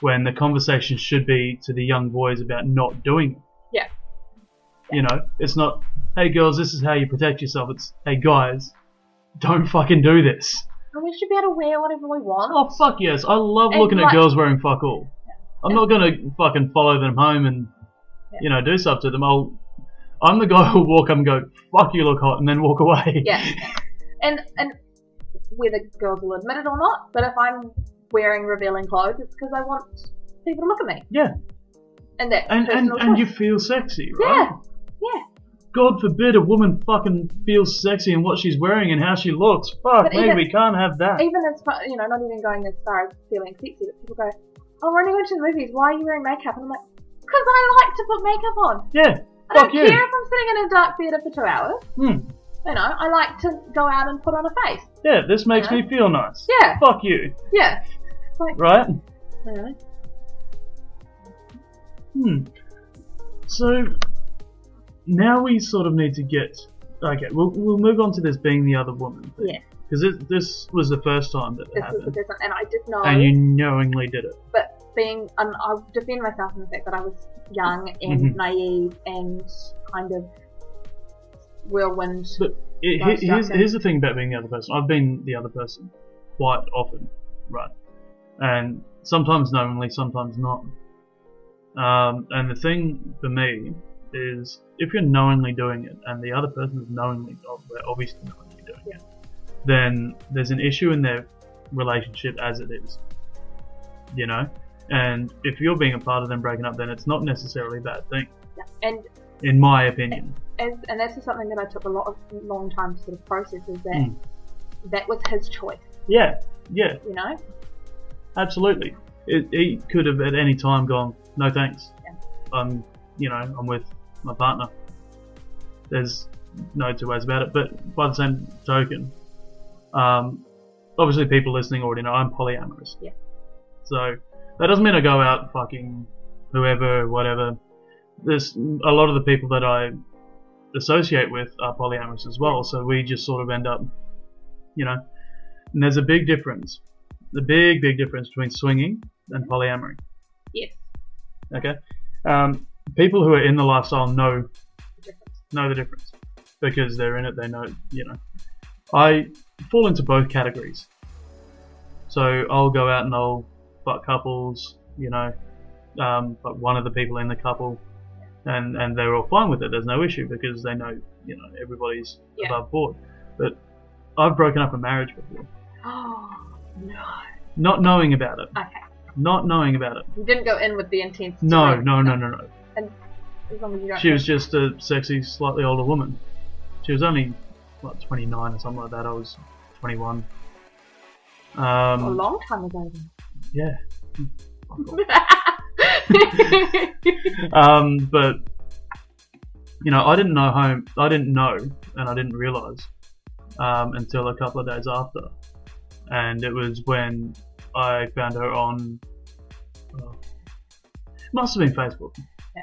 When the conversation should be to the young boys about not doing it.
Yeah.
You know, it's not, hey girls, this is how you protect yourself. It's, hey guys, don't fucking do this.
And we should be able to wear whatever we want.
Oh fuck yes! I love
And
looking at
like-
girls wearing fuck all. I'm not gonna fucking follow them home and you know do stuff to them. I'll I'm the guy who'll walk up and go fuck you look hot and then walk away.
Yeah. And and whether girls will admit it or not, but if I'm wearing revealing clothes, it's because I want people to look at me.
Yeah.
And that's
And and,
personal
and you
choice.
feel sexy, right?
Yeah. Yeah.
God forbid a woman fucking feels sexy in what she's wearing and how she looks. Fuck
But
me,
even-
we can't have that.
Even as far, you know, not even going as far as feeling sexy, but people go, "Oh, we're only going to the movies. Why are you wearing makeup?" And I'm like, "Cause I like to put makeup on.
yeah.
I
Fuck
don't
you.
care if I'm sitting in a dark theater for two hours.
Hmm.
You know, I like to go out and put on a face.
Yeah, this makes
Yeah.
me feel nice.
Yeah.
Fuck you.
Yeah.
Right?
You know?
Hmm. So now we sort of need to get. Okay, we'll, we'll move on to this being the other woman.
Yeah.
Because this was the first time that it
This is the
happened,
difference, and I did know.
and you knowingly did it.
but being and I defend myself in the fact that I was young and
Mhm.
naive and kind of whirlwind.
But it,
Right,
he- here's,
okay.
here's the thing about being the other person. I've been the other person quite often, right? And sometimes knowingly, sometimes not. Um, and the thing for me is if you're knowingly doing it and the other person is knowingly, oh, they're obviously knowingly doing it, then there's an issue in their relationship as it is. You know? And if you're being a part of them breaking up, then it's not necessarily a bad thing,
And
in my opinion.
as and that's just something that I took a lot of long time to sort of process is that
Mm.
that was his choice,
Yeah, yeah.
you know?
Absolutely. It, he could have at any time gone, no thanks.
Yeah.
I'm, you know, I'm with my partner. There's no two ways about it. But by the same token, um, obviously people listening already know I'm polyamorous.
Yeah.
So that doesn't mean I go out fucking whoever, whatever. There's a lot of the people that I associate with are polyamorous as well. So we just sort of end up, you know, And there's a big difference. The big, big difference between swinging and polyamory.
Yes.
Okay. Um, people who are in the lifestyle know know the difference because they're in it. They know, you know. I fall into both categories. So I'll go out and I'll fuck couples, you know, um, but one of the people in the couple, and and they're all fine with it. There's no issue because they know, you know, everybody's
Yeah.
above board. But I've broken up a marriage before,
Oh no.
not knowing about it,
Okay.
not knowing about it.
You didn't go in with the intent. to
No,
make
no, no,
stuff,
no, no.
As long as you don't.
She was just a sexy, slightly older woman. She was only what 29 or something like that. I was 21.
a
Um,
long time ago. Then.
yeah. Um, but you know, I didn't know home. I didn't know, and I didn't realize um, until a couple of days after. And it was when I found her on. oh, must have been Facebook.
Yeah.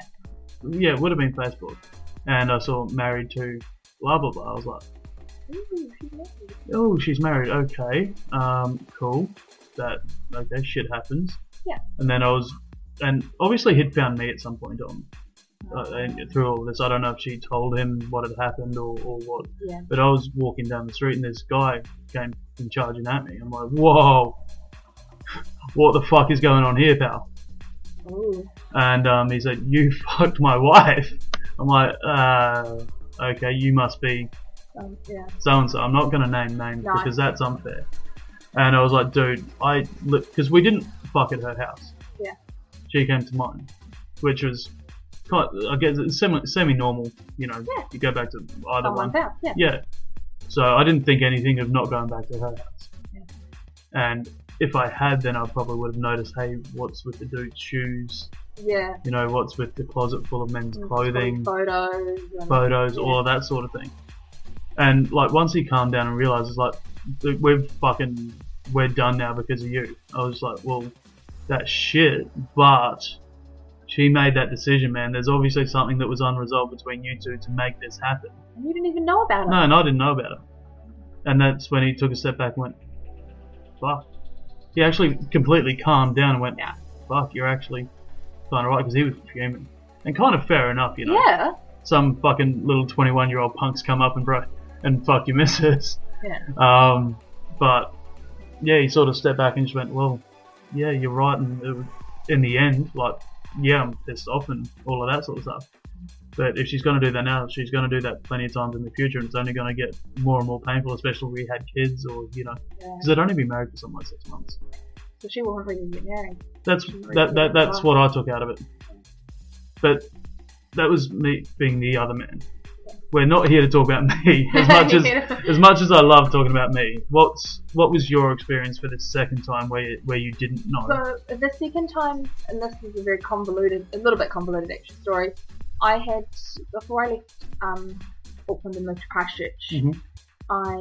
Yeah, it would have been Facebook. And I saw married to blah blah blah. I was like,
Ooh, she's lovely.
oh, she's married. Okay, um, cool. That okay, shit happens.
Yeah.
And then I was, and obviously he'd found me at some point on uh, and through all this. I don't know if she told him what had happened or, or what,
Yeah.
but I was walking down the street and this guy came and charging at me. I'm like, whoa, what the fuck is going on here, pal?
Ooh.
And um, he said, you fucked my wife. I'm like, uh, okay, you must be
Um, yeah.
so and so. I'm not going to name names
No, I-
because that's unfair. And I was like, dude, I because we didn't fuck at her house.
Yeah.
She came to mine, which was kind I guess it's semi semi normal. You know,
Yeah.
you go back to either one.
Someone's out. Yeah.
Yeah. So I didn't think anything of not going back to her house.
Yeah.
And if I had, then I probably would have noticed, hey, what's with the dude's shoes?
Yeah.
You know, what's with the closet full of men's
And
clothing?
Photos. And,
photos,
Yeah.
all of that sort of thing. And like once he calmed down and realizes like "Dude, we're fucking we're done now because of you. I was like, well, that's shit. But she made that decision, man. There's obviously something that was unresolved between you two to make this happen.
and you didn't even know about it.
No, and I didn't know about it. And that's when he took a step back and went, fuck. He actually completely calmed down and went,
Yeah.
fuck, you're actually kind of right because he was fuming. And kind of fair enough, you know
Yeah.
some fucking little 21 year old punks come up and bro and fuck your missus.
Yeah.
Um, but yeah, he sort of stepped back and just went, well, yeah, you're right. And it, was- in the end, like, yeah, I'm pissed off and all of that sort of stuff. But if she's going to do that now, she's going to do that plenty of times in the future, and it's only going to get more and more painful, especially if we had kids or you know,
Yeah.
because I'd only be married for something like six months.
So she won't really get married.
That's that,
uh,
that that's what I took out of it. But that was me being the other man. We're not here to talk about me as much as as much as I love talking about me. What's what was your experience for the second time where you, where you didn't know?
So the second time, and this is a very convoluted, a little bit convoluted actually story. I had before I left um, Auckland and moved to Christchurch.
Mhm.
I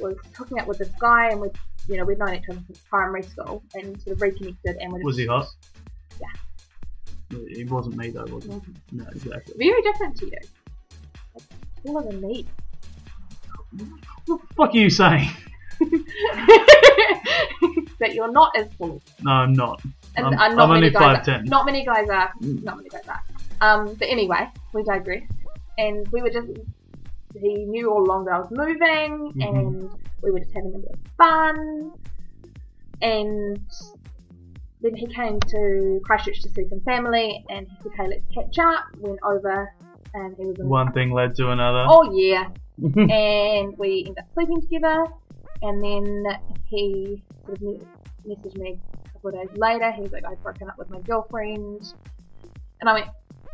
was hooking up with this guy, and we, you know, we'd known each other since primary school, and sort of reconnected. And we
Was he hot?
Yeah.
It wasn't me though, was it? No, exactly.
very different to you? Like, Taller than me.
What the fuck are you saying?
but you're not as tall.
No, I'm not.
And,
I'm,
and not
Um, I'm
many
only
guys
five
Are,
ten.
not many guys are.
Mm.
Not many guys are. Um, but anyway, we digress. And we were just. He knew all along that I was moving,
Mhm.
and we were just having a bit of fun. And then he came to Christchurch to see some family, and he said, "Hey, let's catch up." Went over, and he was in.
One thing led to another.
Oh yeah, and we ended up sleeping together. And then he sort of me- messaged me a couple of days later. He was like, I've broken up with my girlfriend. And I went,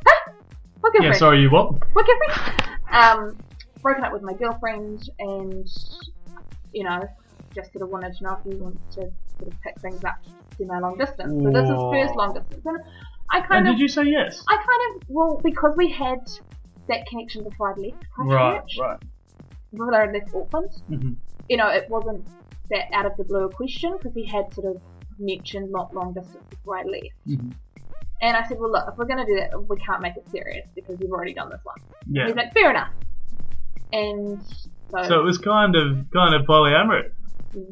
ah, what
yeah,
girlfriend?
sorry, you what?
what girlfriend? Um, broken up with my girlfriend and, you know, just sort of wanted to know if you want to sort of pick things up, you know, long distance. So this is
Woah.
first long distance. And I
And
kind of,
did you say yes?
I kind of, well, because we had that connection before I'd left
Right,
Christchurch,
right.
before I left Auckland,
hmm
you know, it wasn't that out of the blue a question because he had sort of mentioned not long distance before I left.
Mhm.
And I said, well, look, if we're going to do that, we can't make it serious because we've already done this one.
Yeah.
He's like, fair enough. And so,
So it was kind of kind of polyamorous.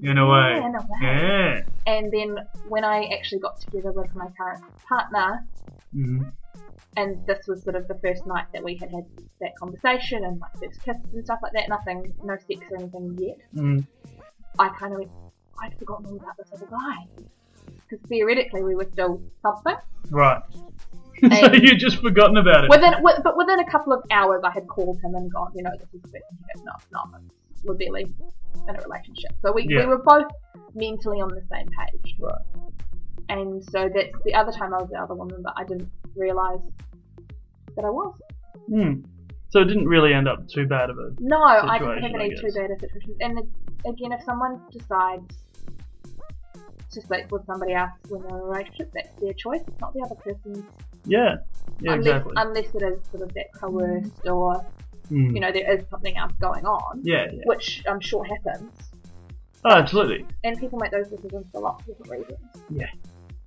in a way.
Yeah, in a way.
Yeah.
And then when I actually got together with my current partner,
hmm
and this was sort of the first night that we had had that conversation and like first kisses and stuff like that, nothing, no sex or anything yet.
Mm.
I kind of went, I'd forgotten all about this other guy. Because theoretically we were still something.
Right. so
And-
you just forgotten about it.
Within, wi- but within a couple of hours, I had called him and gone, you know, this is the person. He goes, no, it's not. We're barely in a relationship. So we,
Yeah.
we were both mentally on the same page.
Right.
And so that's the other time I was the other woman, but I didn't realise that I was.
Mm. So it didn't really end up too bad of a
No, I didn't
Situation,
have
I
any too
guess.
bad of situations. And a- again, if someone decides to sleep with somebody else when they're in a relationship, that's their choice. It's not the other person's.
Yeah. Yeah,
unless,
exactly.
unless it is sort of that coerced or,
Mm.
you know, there is something else going on.
yeah, yeah.
which I'm sure happens.
Oh, absolutely.
And people make those decisions for lots of different reasons.
Yeah.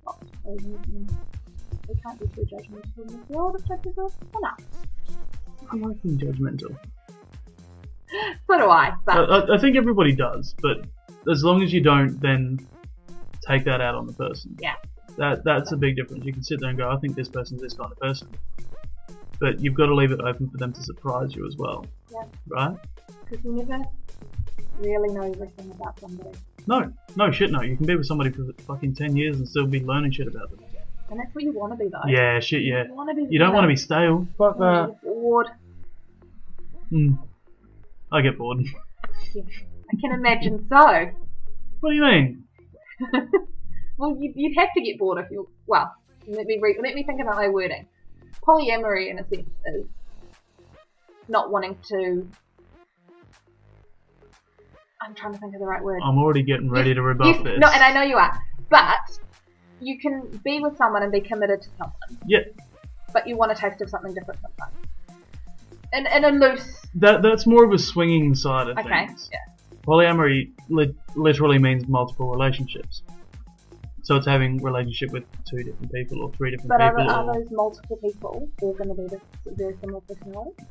Lots of reasons. and We can't be too judgmental in "Oh, this world of judges or not.
I like being judgmental.
So do I,
I,
but
I, I think everybody does, but as long as you don't, then take that out on the person.
Yeah.
That that's a big difference. You can sit there and go, I think this person's this kind of person, but you've got to leave it open for them to surprise you as well.
Yeah.
Right?
because you never really know everything about somebody.
No, no shit, no. You can be with somebody for fucking ten years and still be learning shit about them.
And that's what you want to be, though.
Yeah, shit, yeah.
You, wanna be
You don't want to be stale. Fuck
you wanna
that.
be bored.
Mm. I get bored.
I can imagine so.
what do you mean?
Well, you'd, you'd have to get bored if you. Well, let me re- let me think about my wording. Polyamory, in a sense, is not wanting to. I'm trying to think of the right word.
I'm already getting ready to rebuff
You-
this.
No, and I know you are, but you can be with someone and be committed to someone,
Yeah,
but you want a taste of something different sometimes. In, in a loose.
that that's more of a swinging side of
Okay.
things.
Yeah.
Polyamory li- literally means multiple relationships. So it's having relationship with two different people or three different
But are,
people,
are
or
those multiple people all going to be this very similar personality?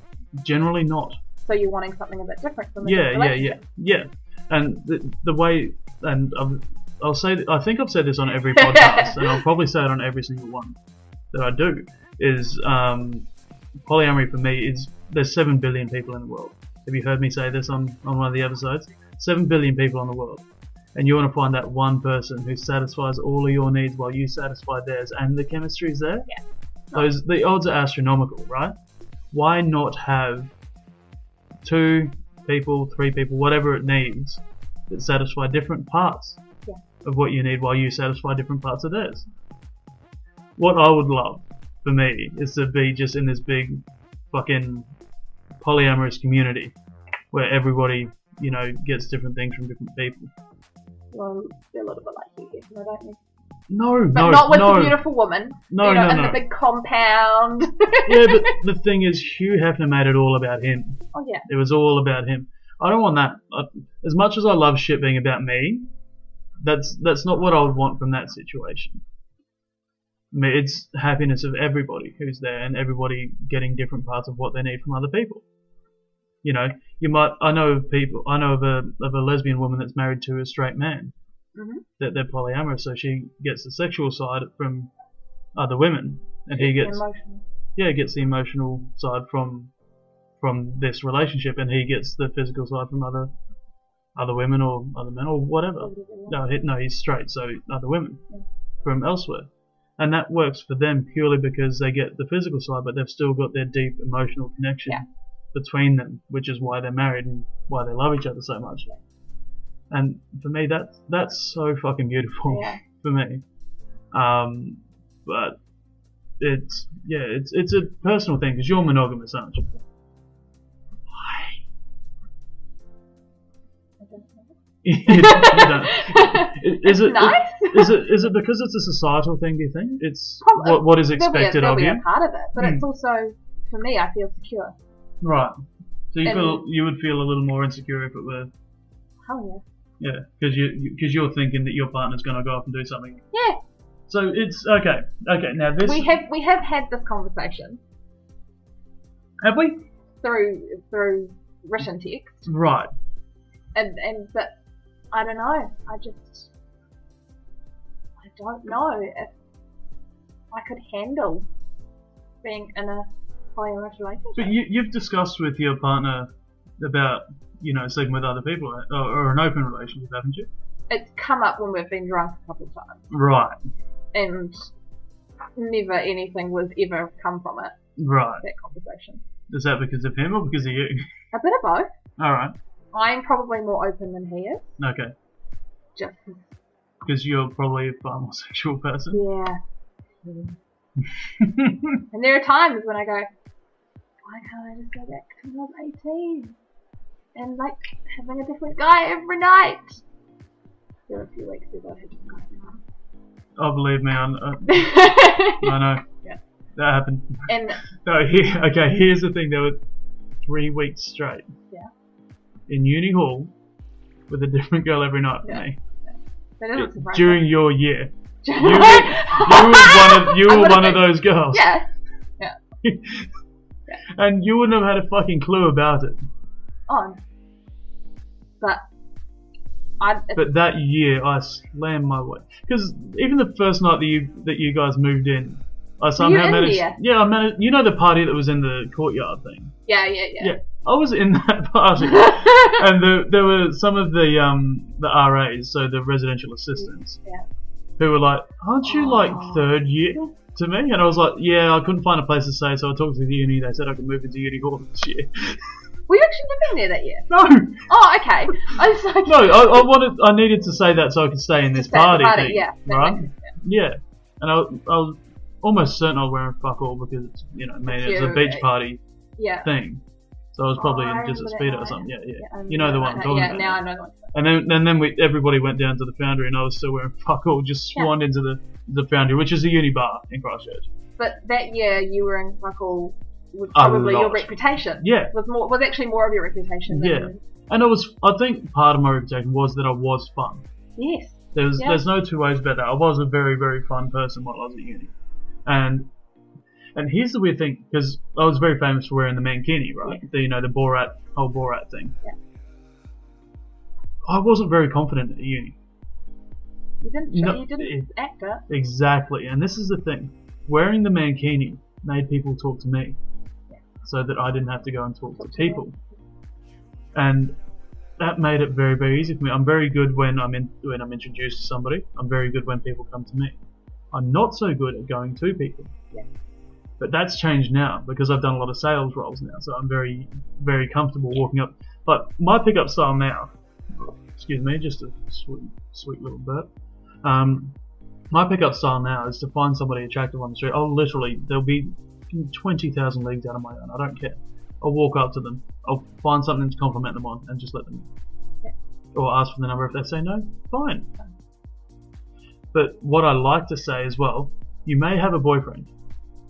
generally not.
So you're wanting something a bit different from the
Yeah, yeah,
relationship.
yeah, yeah. And the, the way, and I've, I'll say, I think I've said this on every podcast, and I'll probably say it on every single one that I do. Is um, polyamory for me is there's seven billion people in the world. Have you heard me say this on on one of the episodes? Seven billion people on the world, and you want to find that one person who satisfies all of your needs while you satisfy theirs, and the chemistry is there.
Yeah.
Those the odds are astronomical, right? Why not have two people, three people, whatever it needs that satisfy different parts
Yeah.
of what you need while you satisfy different parts of theirs. What I would love for me is to be just in this big fucking polyamorous community where everybody, you know, gets different things from different people.
Well, they're um, a little bit like you, yes, no, don't you?
No,
But
no,
not with
no.
the beautiful woman.
No,
you know,
no,
in
no.
the big compound.
yeah, but the thing is, Hugh Hefner made it all about him.
oh yeah.
It was all about him. I don't want that. I, as much as I love shit being about me, that's that's not what I would want from that situation. I mean, it's happiness of everybody who's there and everybody getting different parts of what they need from other people. You know, you might. I know of people. I know of a of a lesbian woman that's married to a straight man.
Mhm.
That they're polyamorous, so she gets the sexual side from other women, and he gets
Emotional.
yeah, gets the emotional side from from this relationship, and he gets the physical side from other other women or other men or whatever. No, he, no, he's straight, so other women from elsewhere, and that works for them purely because they get the physical side, but they've still got their deep emotional connection
Yeah.
between them, which is why they're married and why they love each other so much. And for me, that's that's so fucking beautiful
Yeah.
for me. Um, but it's yeah, it's it's a personal thing because you're monogamous, aren't you? You don't- is it
Nice.
is it is it because it's a societal thing? Do you think it's
Probably.
what what is
There'll be a-
expected
there'll
of
be
you?
a part of it, but it's
Hmm.
also for me. I feel secure.
Right. So you
And-
feel you would feel a little more insecure if it were
Hell
yeah because you because you're thinking that your partner's going to go off and do something.
yeah. Yeah.
So it's okay. Okay. Now this
We have we have had this conversation
have we
through through written text,
right.
and and but I don't know. I just, I don't know if I could handle being in a polyamorous relationship.
But you, you've discussed with your partner about, you know, sleeping with other people right? or, or an open relationship, haven't you?
It's come up when we've been drunk a couple of times,
Right,
and never anything was ever come from it.
right.
That conversation.
Is that because of him or because of you?
A bit of both.
All right,
I'm probably more open than he is.
okay.
Just
Because you're probably a far more sexual person.
yeah. And there are times when I go, why can't I just go back to when I was 18 and like having a different guy every night? There were a few weeks ago I had just gotten
oh, believe me, I, I,
on.
I know.
Yeah.
That happened.
and
No, here, okay, here's the thing. There were three weeks straight.
Yeah.
In uni hall with a different girl every night for
Yeah.
me.
that isn't surprising.
During your year.
During-
You You were one of, you
I
were
would've
one of
been-
those girls.
Yeah.
And you wouldn't have had a fucking clue about it.
On. But I. It's,
But that year, I slammed my way. Because even the first night that you that you guys moved in, I somehow
in
managed.
there?
Yeah, I managed. You know the party that was in the courtyard thing.
yeah, yeah, yeah.
Yeah, I was in that party, and the, there were some of the um the RAs, so the residential assistants,
Yeah.
who were like, "Aren't you like third year?" To me, and I was like, "Yeah, I couldn't find a place to stay, so I talked to the uni. They said I could move into uni hall this year."
Were you actually living there that year?
no,
Oh, okay. I was like.
no, I, I wanted, I needed to say that so I could stay in this
Stay at the
party,
party,
thing,
yeah.
right? Yeah, and I, I was almost certain I was wearing fuck all because it's, you know, man, it's a
Yeah,
beach
right.
party
Yeah.
thing, so I was probably
Oh, I
in just a
remember that
speedo or
night.
something. Yeah, yeah.
um,
You know the one I'm talking
yeah,
about,
now
yeah.
I know the one.
And then, and then we, everybody went down to the foundry, and I was still wearing fuck all, just
Yeah.
swanned into the, the foundry, which is a uni bar in Christchurch.
But that year you were in Buckle was
A
probably your
lot.
reputation.
Oh, Yeah.
Was more was actually more of your reputation than
Yeah. And I was, I think part of my reputation was that I was fun.
Yes.
There was,
Yeah.
There's no two ways about that. I was a very, very fun person while I was at uni. And and here's the weird thing, because I was very famous for wearing the mankini, right? The, you know, the Borat, whole Borat thing.
Yeah.
I wasn't very confident at uni.
You didn't
No,
you didn't act it.
Exactly, and this is the thing. Wearing the mankini made people talk to me, so that I didn't have to go and talk to people, and that made it very, very easy for me. I'm very good when I'm in, when I'm introduced to somebody. I'm very good when people come to me. I'm not so good at going to people,
Yeah.
but that's changed now because I've done a lot of sales roles now, so I'm very, very comfortable walking up. But my pickup style now, excuse me, just a sweet, sweet little burp. Um, my pickup style now is to find somebody attractive on the street. I'll literally, there'll be 20,000 leagues out of my own. I don't care. I'll walk up to them. I'll find something to compliment them on and just let them. Or ask for the number. If they say no, fine. But what I like to say as well, you may have a boyfriend,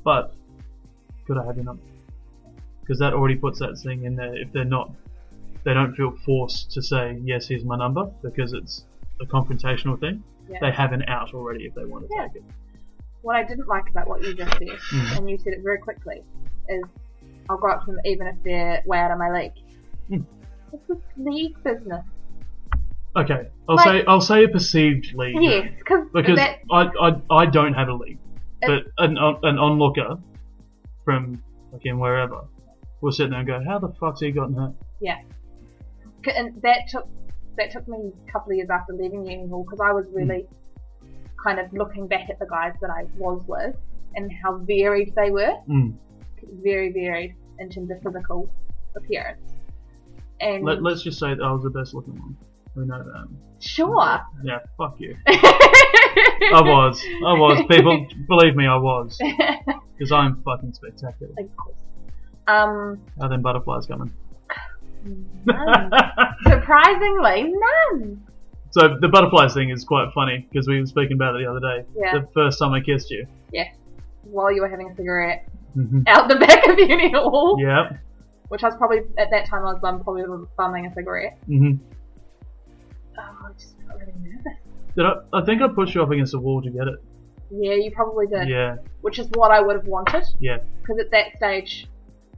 but could I have your number? Because that already puts that thing in there. If they're not, they don't feel forced to say, yes, here's my number, because it's a confrontational thing
Yeah.
they have an out already if they want to
Yeah.
take it.
What I didn't like about what you just said,
Mm.
and you said it very quickly, is I'll go up to them even if they're way out of my league.
Mm.
This is league business.
Okay, I'll
Like-
say I'll say a perceived league
Yes, cause
because
that
I, I I don't have a league, but
It's-
an on- an onlooker from fucking wherever will sit there and go, how the fuck's he gotten hurt?
yeah, C- and that took that took me a couple of years after leaving uni hall because I was
Hmm.
really kind of looking back at the guys that I was with and how varied they were.
Mm.
very varied in terms of physical appearance. And
Let, let's just say that I was the best looking one. We know that.
sure,
Yeah, fuck you. I was. I was. People, believe me, I was. Because I'm fucking spectacular.
of course. Um,
Other than butterflies coming.
none. surprisingly, none.
So the butterflies thing is quite funny because we were speaking about it the other day.
Yeah.
The first time I kissed you.
While you were having a cigarette
Mm-hmm.
out the back of uni hall,
Yeah.
which I was probably at that time I was bum, probably bumming a cigarette.
hmm
Oh, I just got really nervous.
Did I? I think I pushed you up against the wall to get it.
Yeah, you probably did,
Yeah.
which is what I would have wanted
Yeah.
because at that stage,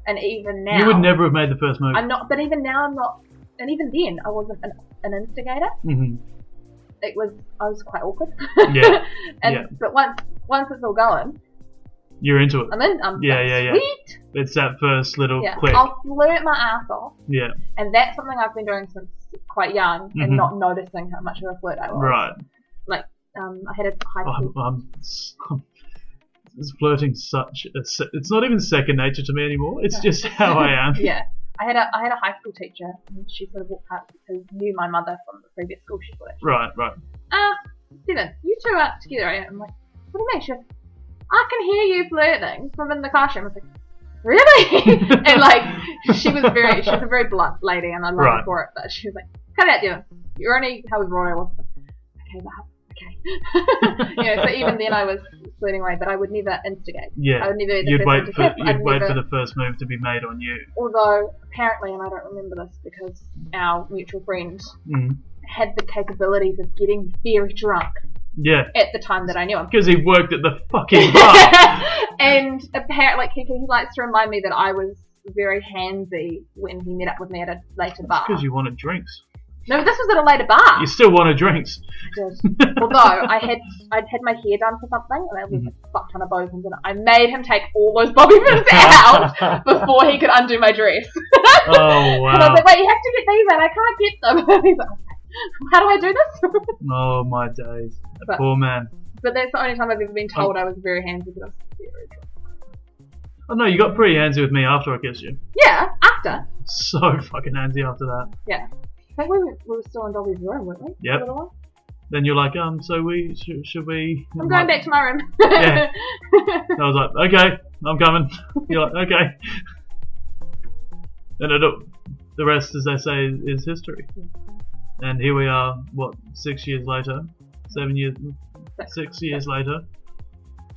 and even now,
You would never have made the first move.
I'm not, but even now I'm not, and even then I wasn't an an instigator.
hmm
It was I was quite awkward.
Yeah,
and
yeah.
but once once it's all going,
You're into it.
I'm in. I'm
Yeah,
like,
yeah, yeah.
Sweet.
It's that first little
Yeah,
click.
I'll flirt my ass off,
Yeah,
and that's something I've been doing since quite young,
Mhm.
and not noticing how much of a flirt I was.
right. Oh,
Um, I had a high school.
I'm, I'm, it's flirting such a se- it's not even second nature to me anymore. It's
No.
just how I am.
yeah. I had a I had a high school teacher, and she sort of walked up because knew my mother from the previous school she was at.
Right, right.
uh, Steven, you two are together, eh? I'm like, what do you mean? She goes, I can hear you flirting from in the classroom. I was like, really? and like, she was very, she was a very blunt lady, and I love
Right.
her for it, but she was like, come out, Dylan. You're only how we brought I was. Like, okay, well, okay. you know, so even then I was flirting away, but I would never instigate. I
Yeah.
would never be the
You'd
person
wait
to
for
kiss. I'd
you'd wait
never-
for the first move to be made on you.
Although, apparently, and I don't remember this because our mutual friend
Mm.
had the capabilities of getting very drunk
Yeah,
at the time that I knew him.
because he worked at the fucking bar.
and apparently, like, he, he likes to remind me that I was very handsy when he met up with me at a later bar.
Because you wanted drinks.
No, this was at a later bar.
You still wanted drinks.
Although I had I'd had my hair done for something, and I was like
Mm-hmm.
a fuck ton of bosoms, and I made him take all those bobby pins out before he could undo my dress.
Oh
And I
wow.
was like, wait, you have to get these out. I can't get them. And he's like, okay. How do I do this?
Oh my days. That
But-
poor man.
but that's the only time I've ever been told I was very handsy. But I was very drunk.
Oh no, you got pretty handsy with me after I kissed you.
Yeah, after.
So fucking handsy after that.
I think we were, we were still in Dolly's room, weren't we?
Yep.
For a little
Then you're like, um, so we should, should we?
while? I'm going back to my room.
Yeah. I was like, okay, I'm coming. You're like, okay. And I don't, the rest, as they say, is history. And here we are, what, six years later? Seven years? Six years later.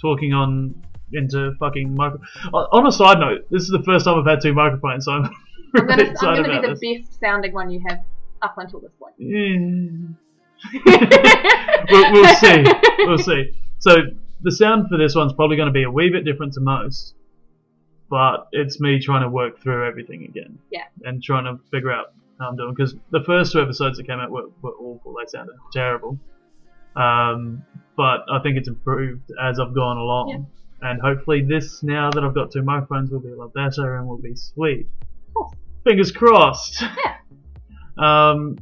Talking on into fucking micro. On on a side note, this is the first time I've had two microphones, so I'm
I'm
really
gonna, I'm
excited
gonna
about
be the
this.
best sounding one you have up until this point.
Yeah. we'll, we'll see. We'll see. So the sound for this one's probably going to be a wee bit different to most, but it's me trying to work through everything again.
Yeah.
And trying to figure out how I'm doing because the first two episodes that came out were, were awful. They sounded terrible. Um, but I think it's improved as I've gone along. And hopefully this, now that I've got two microphones, will be a lot better and will be sweet.
Cool.
Fingers crossed. Um,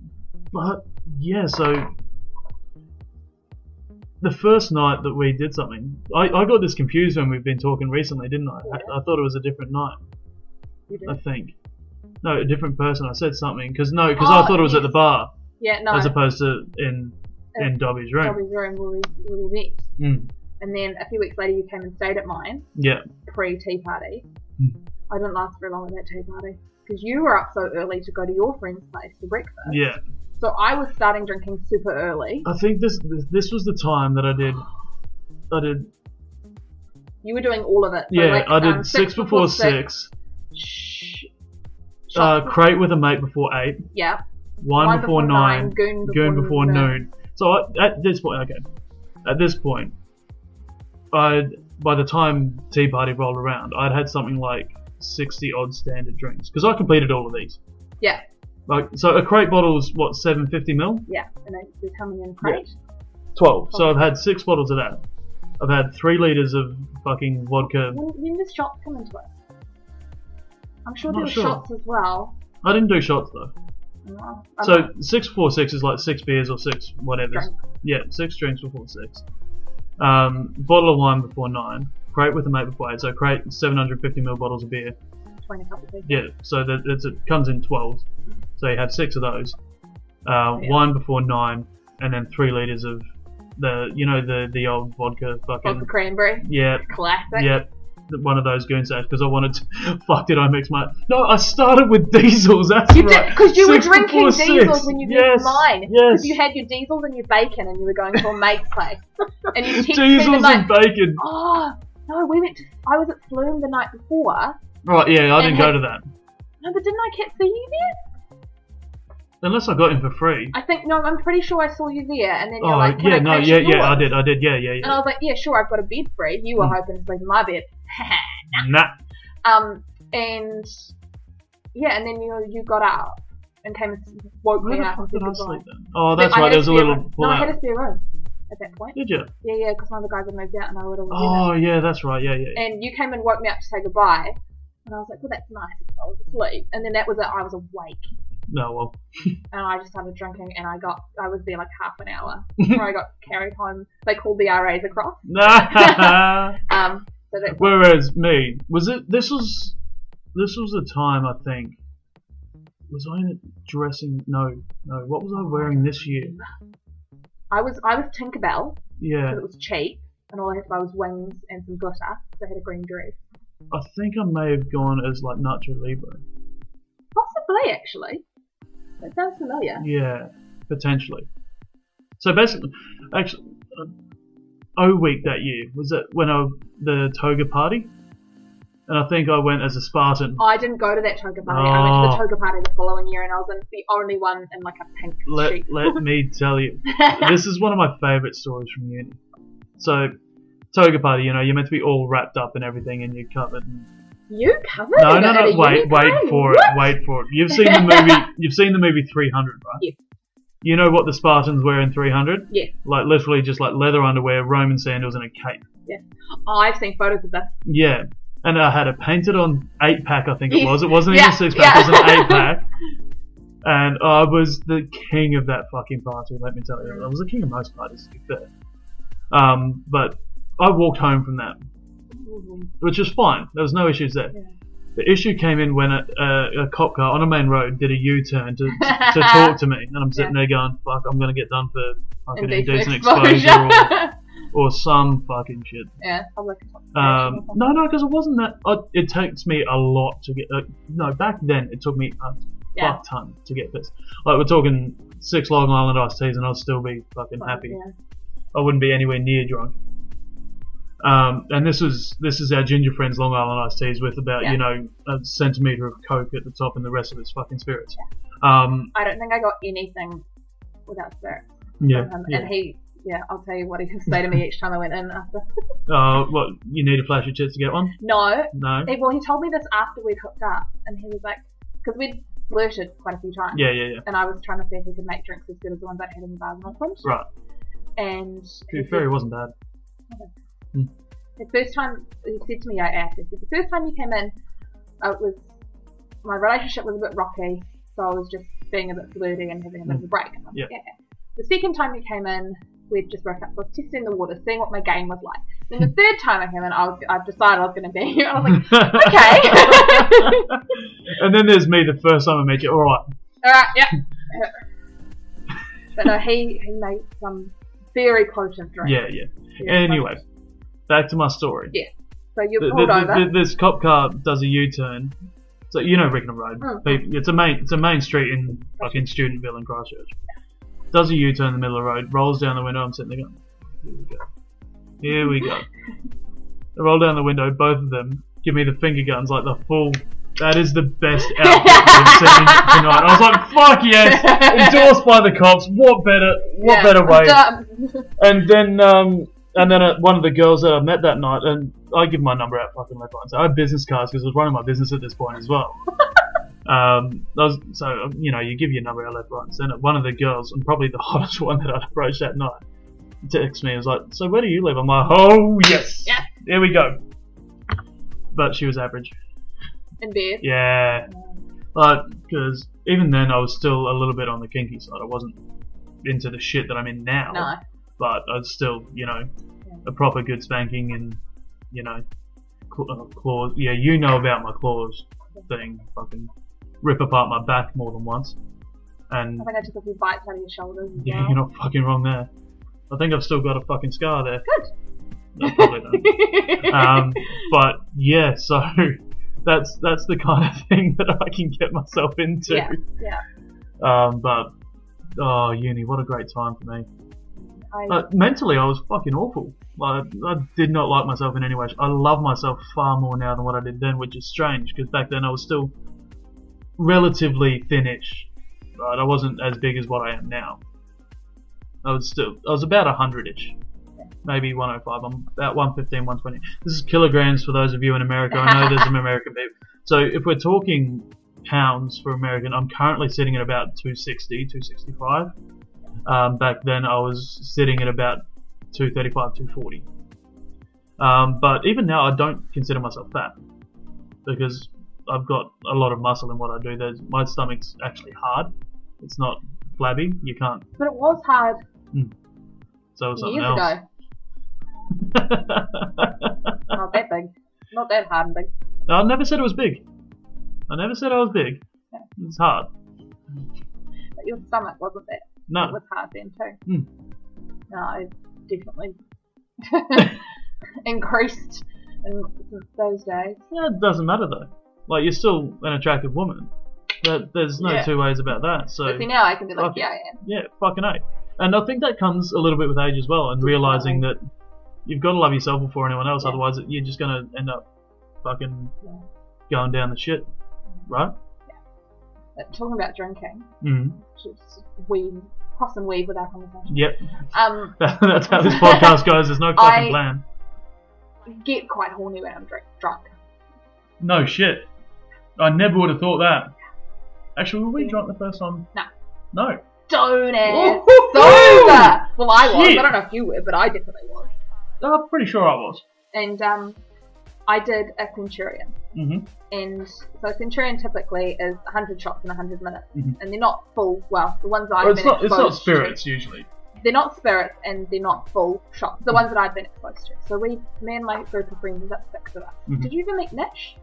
but yeah, so the first night that we did something, I, I got this confused when we've been talking recently, didn't I?
Yeah.
I, I thought it was a different night.
You did.
I think. No, a different person. I said something because no, because
Oh,
I thought it was at
yes.
the bar
Yeah, no.
as opposed to in in Dobby's room.
Dolly's room will we, will we met.
Mm,
And then a few weeks later, you came and stayed at mine
yeah,
pre tea party.
Hmm.
I didn't last very long at that tea party because you were up so early to go to your friend's place for breakfast.
yeah.
So I was starting drinking super early.
I think this, this this was the time that I did. I did.
You were doing all of it. So
Yeah,
like,
I did
um,
six, before six.
Shh.
Uh,
Shots before-
crate with a mate before eight.
yeah.
Wine, before, nine.
Goon before,
Goon before
noon.
noon. So I, at this point, okay, at this point, I by the time Tea Party rolled around, I'd had something like sixty odd standard drinks because I completed all of these.
Yeah.
Like so, a crate bottle's what seven fifty mil,
Yeah, and they- they're coming in crate.
twelve. So I've had six bottles of that. I've had three liters of fucking vodka.
When, when does shots come into it? I'm sure
I'm
there
not
were
sure.
shots as well.
I didn't do shots though.
No, I'm
So
not-
six four six is like six beers or six whatever.
Drinks.
Yeah, six drinks before six. Um, bottle of wine before nine. Crate with a mate before eight. So crate seven hundred fifty ml bottles of beer.
between a couple of people.
Yeah, so that it's, it comes in twelve. So you have six of those. Uh,
Yeah.
Wine before nine, and then three liters of the you know the the old vodka
Vodka
fucking
cranberry,
yeah
classic.
yeah. One of those goon sacks because I wanted to. Fuck, did I mix my. No, I started with diesels, that's
You
right.
did because you were
Six
drinking
before
diesels
six.
when you
yes,
did mine.
Yes.
Because you had your diesels and your bacon, and you were going to a mate's place, and you texted me the
diesels
night.
and bacon.
oh no, we went. To, I was at Flume the night before.
Right, yeah, I didn't
had-
go to that.
No, but didn't I catch see you there?
Unless I got in for free.
I think no. I'm pretty sure I saw you there, and then you're
oh,
like, Can
yeah,
I
no,
crash
yeah,
at
yeah, I
yours?
did, I did, yeah, yeah,
And I
yeah.
was like, yeah, sure, I've got a bed free. You were
Mm.
hoping to sleep in my bed.
Nah.
"Ah, um, and yeah, and then you you got out and came and woke
Where
me
the
up.
fuck did
and said
I
goodbye.
sleep then? Oh, that's
I
right.
had
There was a
spare
little
room. No, I had a
pullout.
spare room at that point.
Did you?
Yeah, yeah, because one of the guys had moved out and I would always
Oh, yeah, that's right. Yeah, yeah. yeah.
And you came and woke me up to say goodbye. And I was like, well, that's nice. I was asleep. And then that was it. I was awake.
No, well,
And I just started drinking and I got, I was there like half an hour before I got carried home. They called the RAs across.
nah.
Um, so that's
Whereas me, was it? This was, this was the time I think. Was I in a dressing? No, no. What was I wearing this year?
I was, I was Tinkerbell
Yeah,
because it was cheap. And all I had to buy was wings and some glitter. So I had a green dress.
I think I may have gone as like Nacho Libre.
Possibly, actually. That sounds familiar.
Yeah, potentially. So basically, actually, uh, O week that year was it when I the toga party, and I think I went as a Spartan.
I didn't go to that toga party. I went to
Oh.
the toga party the following year, and I was in the only one in like a pink
let,
sheet.
let me tell you, this is one of my favourite stories from uni. So, toga party, you know, you're meant to be all wrapped up and everything, and you're covered. and-
You covered
No,
it
no,
at
no,
a
wait,
uni
wait
party?
for
What?
it, wait for it. You've seen the movie, you've seen the movie 300, right?
Yeah.
You know what the Spartans wear in 300?
Yeah.
Like literally just like leather underwear, Roman sandals, and a cape.
I've seen photos of this.
Yeah. And I had a painted on eight pack, I think it
Yeah.
was. It wasn't even
Yeah,
a six pack, it was an
yeah.
eight pack. And I was the king of that fucking party, let me tell you. I was the king of most parties, to be fair. Um, but I walked home from that, which was fine. There was no issues there.
Yeah.
The issue came in when a, a, a cop car on a main road did a U turn to, to, to talk to me. And I'm sitting there going, fuck, I'm going to get done for fucking indecent exposure or, or some fucking shit.
yeah, public
Um,
exposure.
no, no, because it wasn't that. Uh, it takes me a lot to get. Uh, no, back then it took me a
Yeah.
fuck ton to get pissed. Like we're talking six Long Island iced teas, and I'd still be fucking
But,
happy.
yeah.
I wouldn't be anywhere near drunk. Um, and this is this is our ginger friends Long Island iced teas with about
Yeah.
you know a centimeter of coke at the top and the rest of it's fucking spirits. Um,
I don't think I got anything without spirits
yeah,
from him.
yeah.
And he, yeah, I'll tell you what he would say to me each time I went in after.
Uh, what you need to flash your tits to get one?
No,
No.
Hey, well, he told me this after we'd hooked up, and he was like, because we'd flirted quite a few times.
Yeah, yeah, yeah.
And I was trying to see if he could make drinks as good as the ones I had in the bars in Auckland.
Right.
And
To
he
be fair, it
said-
wasn't bad.
the first time he said to me, I asked, he said, the first time you came in, uh, it was my relationship was a bit rocky, so I was just being a bit flirty and having a bit of a break. And I was
Yeah.
like, yeah. The second time you came in, we'd just broke up, so I was testing the water, seeing what my game was like. Then the third time I came in, I was, I've decided I was going to be here. I was like, okay.
and then there's me the first time I met you. All right.
Alright, yeah. but no, he, he made some very potent drink.
Yeah, yeah.
Yeah,
anyway, back to my story.
Yeah, So you
Th-
pulled
th-
over.
th- this cop car does a U-turn. So you know Rickenham Road.
Mm.
People- It's a main, it's a main street in fucking Studentville in Christchurch. Does a U-turn in the middle of the road, rolls down the window. I'm sitting there going, here we go, here we go. I roll down the window, both of them give me the finger guns like the full. That is the best outfit we've seen tonight. I was like, fuck yes, endorsed by the cops. What better, what
Yeah.
better way?
Dumb.
And then, um, and then uh, one of the girls that I met that night, and I give my number out fucking left, right, and so I had business cards because I was running my business at this point as well. um, I was, so um, you know, you give your number out left, right, and center. One of the girls, and probably the hottest one that I approached that night, texted me and was like, "So where do you live?" I'm like, "Oh yes,
Yeah.
there we go." But she was average.
In bed.
Yeah. Like, because even then I was still a little bit on the kinky side. I wasn't into the shit that I'm in now
No.
but I'd still, you know, a proper good spanking and, you know, cl- uh, claws. Yeah, you know about my claws thing. Fucking rip apart my back more than once. And
I think I took a few bites out of your shoulders. as
yeah,
well.
you're not fucking wrong there. I think I've still got a fucking scar there. No, probably not. um, but yeah, so that's that's the kind of thing that I can get myself into.
Yeah, yeah.
Um, but oh, uni, what a great time for me.
I,
Uh, mentally, I was fucking awful. I, I did not like myself in any way. I love myself far more now than what I did then, which is strange because back then I was still relatively thinnish. Right, I wasn't as big as what I am now. I was still, I was about hundred ish, maybe 105. I'm about 115, 120. This is kilograms for those of you in America. I know there's some American people. So if we're talking pounds for American. I'm currently sitting at about 260, 265. Um, back then, I was sitting at about 235, 240. Um, but even now, I don't consider myself fat because I've got a lot of muscle in what I do. There's, my stomach's actually hard. It's not flabby. You can't.
But it was hard
So it's something
years
else.
ago. Not that big. Not that hard and big.
I never said it was big. I never said I was big. It's hard.
But your stomach wasn't that. It
No.
was hard then too.
Hmm.
No, I definitely increased in, since those days.
Yeah, it doesn't matter though. Like you're still an attractive woman. That there's no
Yeah.
two ways about that. So
But see now I can be like,
Fuck.
yeah, I am.
yeah, fucking eight. And I think that comes a little bit with age as well, and realizing that you've got to love yourself before anyone else.
Yeah.
Otherwise, you're just gonna end up fucking
Yeah.
going down the shit, right?
But talking about drinking,
Mm.
just weave, cross and weave with our conversation.
Yep.
Um,
That's how this podcast goes. There's no fucking
I-
plan.
get quite horny when I'm drink, drunk.
No shit. I never would have thought that. Actually, were we drunk the first time?
No.
No.
Don't ask.
Woo-hoo-hoo!
Sober. Well, I was.
Shit.
I don't know if you were, but I definitely was.
I'm pretty sure I was.
And um, I did a centurion.
hmm
and so a centurion typically is 100 shots in 100 minutes,
Mhm.
and they're not full. Well, the ones that I've
Well, it's
been
not. It's not
exposed to-
spirits usually.
they're not spirits, and they're not full shots. The ones that I've been exposed to. So we, me and my group of friends, that's six of us.
Mhm.
Did you ever meet Nish?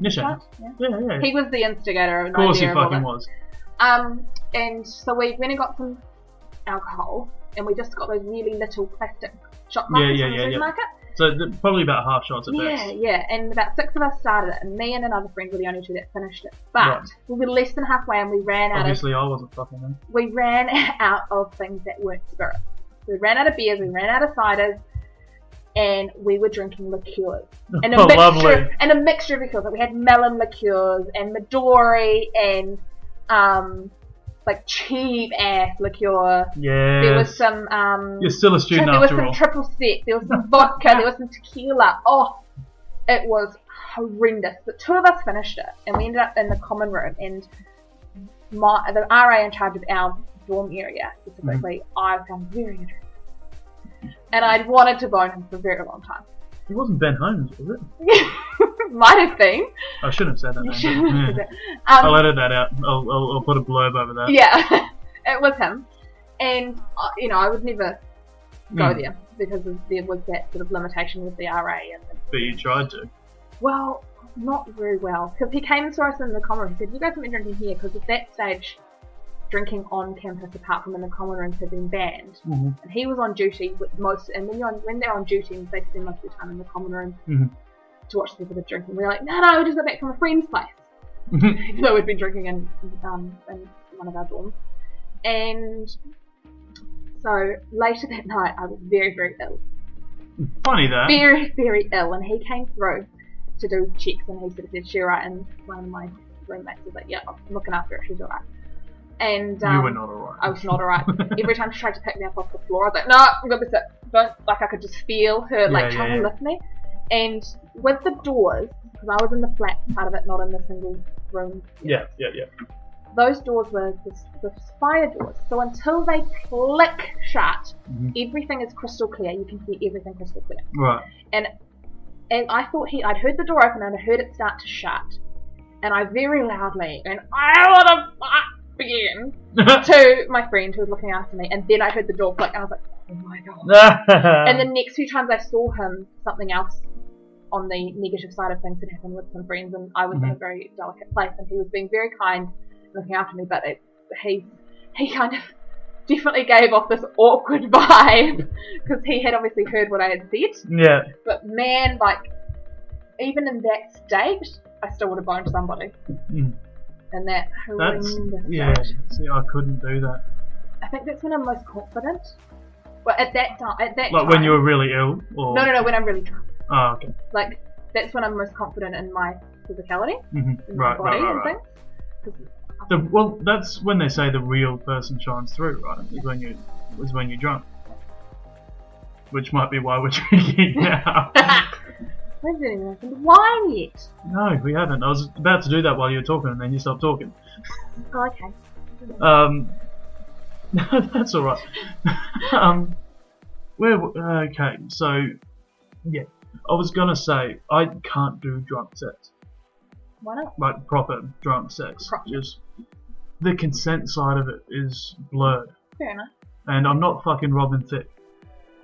Nishan.
Yeah.
Yeah, yeah.
He was the instigator of an
of course he
idea of all
fucking
that.
was.
Um, and so we went and got some alcohol, and we just got those really little plastic shot
Yeah,
markers
yeah,
from the
yeah, yeah.
supermarket.
So th- probably about half shots at
Yeah,
best.
yeah, and about six of us started it, and me and another friend were the only two that finished it. But
Right.
we were less than halfway, and we ran out of
Obviously, I wasn't fucking there.
we ran out of things that weren't spirits. We ran out of beers, we ran out of ciders, and we were drinking liqueurs. And a
Oh,
mixture,
lovely.
and a mixture of liqueurs. Like we had melon liqueurs and Midori and um, like cheap ass liqueur.
Yeah.
There was some um,
You're still a student
there was
after
some
all.
triple sec, there was some vodka, there was some tequila. Oh, it was horrendous. The two of us finished it, and we ended up in the common room. And my the RA in charge of our dorm area specifically,
Mm.
I found very interesting. And I'd wanted to bone him for a very long time.
it wasn't Ben Holmes, was it?
Might have been.
I shouldn't have said that. Name, but, yeah. I'll
Um,
edit that out. I'll, I'll, I'll put a blurb over that.
yeah, it was him. And, uh, you know, I would never go
Mm.
there because of, there was that sort of limitation with the RA and the
But you tried to.
Well, not very well. Because he came and saw us in the common room. He said, You guys haven't been drinking here because at that stage, drinking on campus apart from in the common rooms had been banned.
Mhm.
And he was on duty with most, and when, you're on, when they're on duty, they spend most of the time in the common room
Mhm.
to watch people that are drinking. We are like, No, no, we just got back from a friend's place. Even though we'd been drinking in, um, in one of our dorms. And so later that night, I was very, very ill
Funny that.
very, very ill, and he came through to do checks, and he sort of said, "She alright?" And one of my roommates was like, "Yeah, I'm looking after her. She's alright." And um,
you were not alright.
I was not alright. Every time she tried to pick me up off the floor, I was like, "No, I'm gonna be sick." But like, I could just feel her like
yeah,
trying
yeah.
to lift me. And with the doors, because I was in the flat part of it, not in the single room
Yeah, yeah, yeah.
those doors were the, the fire doors. So until they click shut,
Mhm.
everything is crystal clear. You can see everything crystal clear.
Right.
And I thought he, I'd heard the door open and I heard it start to shut. And I very loudly, and I want to fuck again to my friend who was looking after me. And then I heard the door click and I was like, oh my god. And the next few times I saw him, something else on the negative side of things had happened with some friends, and I was in a very delicate place, and he was being very kind, looking after me, but it, he he kind of definitely gave off this awkward vibe because he had obviously heard what I had said.
yeah.
But man, like even in that state, I still would have boned somebody.
Mm.
And that
That's
horrendous
yeah.
state.
See, I couldn't do that.
I think that's when I'm most confident. But at that time, at that
Like
time,
when you were really ill, or
no, no, no, when I'm really drunk.
Oh, okay.
like that's when I'm most confident in my physicality,
hmm
in my
Right,
body
right, right,
and
right.
things.
The, well, that's when they say the real person shines through, right? Is when you is when you're drunk, which might be why we're drinking now.
Has anyone opened wine yet?
No, we haven't. I was about to do that while you were talking, and then you stopped talking.
Oh, okay.
Um, that's all right. um, where? w- uh, Okay, so yeah, I was gonna say I can't do drunk sex,
Why not?
like proper drunk sex.
Proper.
Just the consent side of it is blurred,
Fair enough.
and I'm not fucking Robin Thicke.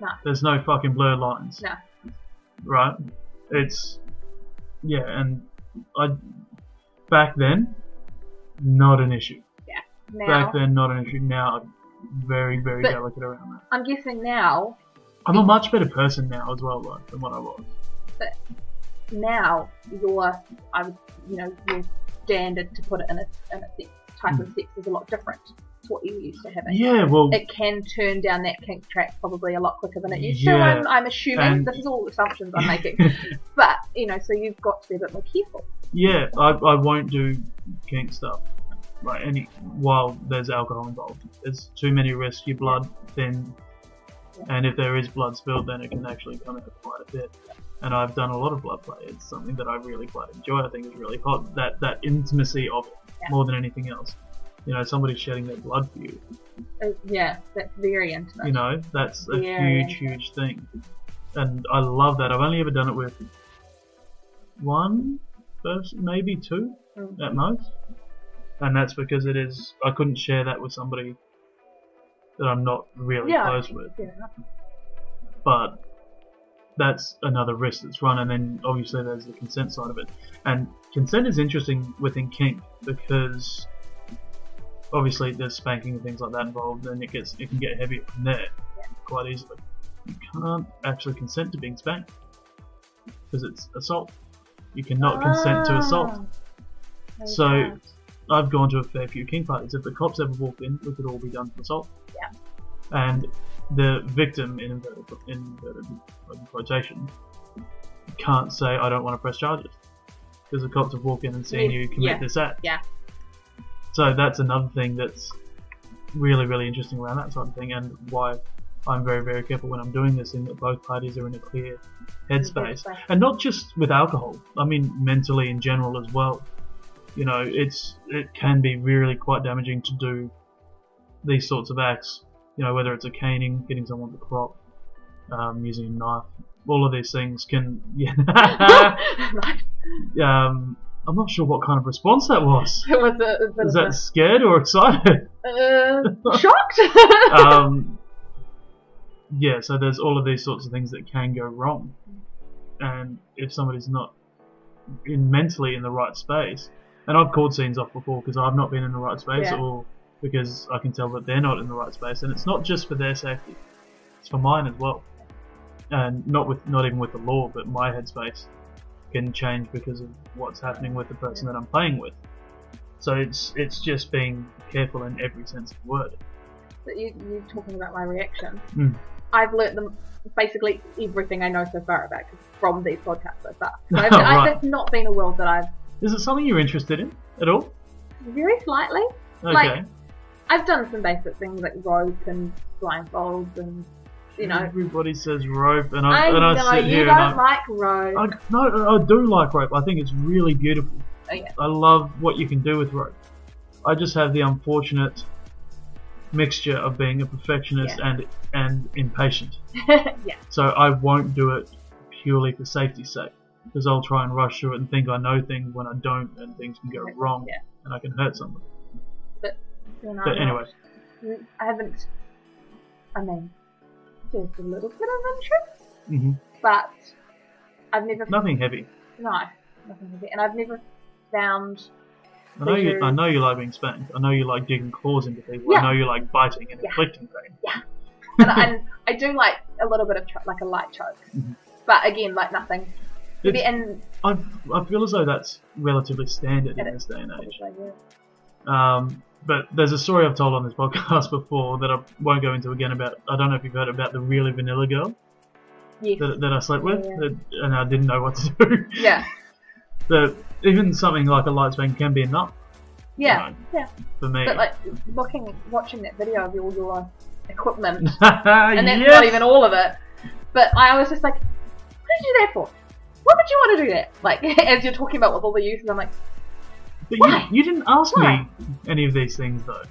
No.
There's no fucking blur lines.
No.
Right? It's yeah, and I back then not an issue.
Now,
Back then, not an issue. Now, I'm very, very
But-
delicate around that.
I'm guessing now,
I'm a much better person now as well, though, than what I was.
now your, I would, you know, your standard to put it in a, in a sex, type of sex is a lot different to what you used to having.
Hmm. Yeah, well,
It can turn down that kink track probably a lot quicker than it used to.
Yeah,
I'm, I'm assuming
and-
this is all assumptions I'm making, but you know, so you've got to be a bit more careful.
yeah, I, I won't do kink stuff. Like any, while there's alcohol involved, it's too many risks. Your blood then, and if there is blood spilled, then it can actually come out quite a bit. And I've done a lot of blood play. It's something that I really quite enjoy. I think it's really hot that that intimacy of it more than anything else. You know, somebody shedding their blood for you.
Uh, yeah, that's very intimate.
you know that's a
Yeah.
huge huge thing and i love that i've only ever done it with one person maybe two
Mm.
at most and that's because it is i couldn't share that with somebody that i'm not really
Yeah.
close with
Fair enough.
but that's another risk that's run. And then obviously there's the consent side of it. And consent is interesting within kink because obviously there's spanking and things like that involved, and it gets it can get heavy from there quite easily. You can't actually consent to being spanked because it's assault. You cannot consent to assault.
Ah,
So-
okay.
I've gone to a fair few king parties. If the cops ever walked in, it could all be done for assault.
Yeah.
And the victim, in inverted, in inverted quotation, can't say, I don't want to press charges. Because the cops have walked in and seen
Yeah,
you commit
yeah,
this act.
yeah.
So that's another thing that's really, really interesting around that sort of thing and why I'm very, very careful when I'm doing this in that both parties are in a clear headspace.
Headspace.
And not just with alcohol, I mean mentally in general as well you know, it's it can be really quite damaging to do these sorts of acts. You know, whether it's a caning, hitting someone with a prop, um, using a knife, all of these things can. Yeah,
Nice.
um, I'm not sure what kind of response that was.
it was a, a bit
Is
of
that scared or excited?
a, uh, shocked.
um, yeah, so there's all of these sorts of things that can go wrong, and if somebody's not in mentally in the right space, and I've called scenes off before because I've not been in the right space,
Yeah.
or because I can tell that they're not in the right space, and it's not just for their safety, it's for mine as well, and not with not even with the law, but my headspace can change because of what's happening with the person that I'm playing with. So it's it's just being careful in every sense of the word.
that you, you talking about my reaction.
Mm.
I've learnt them basically everything I know so far about it from these podcasts so far. So
Oh,
I've, I've-
right.
that's not been a world that I've
Is it something you're interested in at all?
very slightly.
Okay.
Like, I've done some basic things like rope and blindfolds and you know.
everybody says rope, and I,
I
and I
know
sit
you
here
don't
and I,
like rope.
I no, I do like rope. I think it's really beautiful.
Oh, yeah.
I love what you can do with rope. I just have the unfortunate mixture of being a perfectionist
Yeah.
and and impatient.
yeah,
So I won't do it purely for safety's sake, because I'll try and rush through it and think I know things when I don't, and things can go
Yeah. Oh,
wrong, and I can hurt somebody.
you know,
But anyway,
I haven't. I mean, there's a little bit of interest,
hmm
but I've never
nothing heavy.
No, nothing like it. And I've never found.
I know you.
Because-
I know you like being spanked. I know you like digging claws into people.
Yeah.
I know you like biting and
Yeah.
inflicting pain.
And, I- and I do like a little bit of cho- like a light choke,
Mm-hmm.
but again, like nothing.
It's-
and
I, I feel as though that's relatively standard
It
in
is.
this day and age.
like, yeah.
Um, but there's a story I've told on this podcast before that I won't go into again about. I don't know if you've heard about the really vanilla girl
yes,
that, that I slept with,
Yeah.
that, and I didn't know what to do.
yeah,
But even something like a light spank can be enough
yeah,
No.
yeah.
for me.
But like looking, watching that video of all your equipment,
and
and that's not even all of it. But I was just like, what did you do that for? why would you want to do that? Like, as you're talking about with all the youth, and I'm like,
But
Why?
you, you didn't ask
Why?
me any of these things though.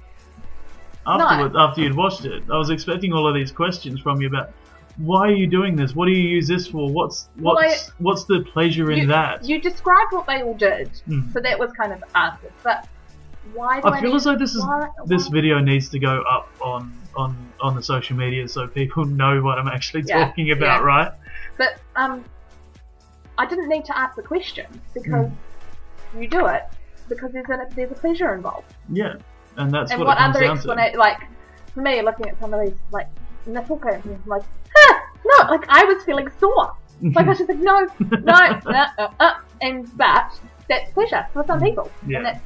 Afterwards, after you'd watched it, I was expecting all of these questions from you about why are you doing this? What do you use this for? What's
Well,
what's what's the pleasure in
you,
that?
you described what they all did,
Hmm.
so that was kind of answered. But why do I,
I feel
need-
as though this is
why-
this
why-
video needs to go up on on on the social media so people know what I'm actually
Yeah,
talking about,
yeah.
right?
But um, I didn't need to ask the question because
Hmm.
you do it because there's a there's a pleasure involved.
Yeah, and that's
and
what,
what
it comes
other
down to.
explanation? Like for me, looking at some of these like nipple cramps, and I'm like, huh, no, like I was feeling sore. Like I should think, no, no, no, uh, uh, and but that's pleasure for some people,
Hmm. Yeah.
and that's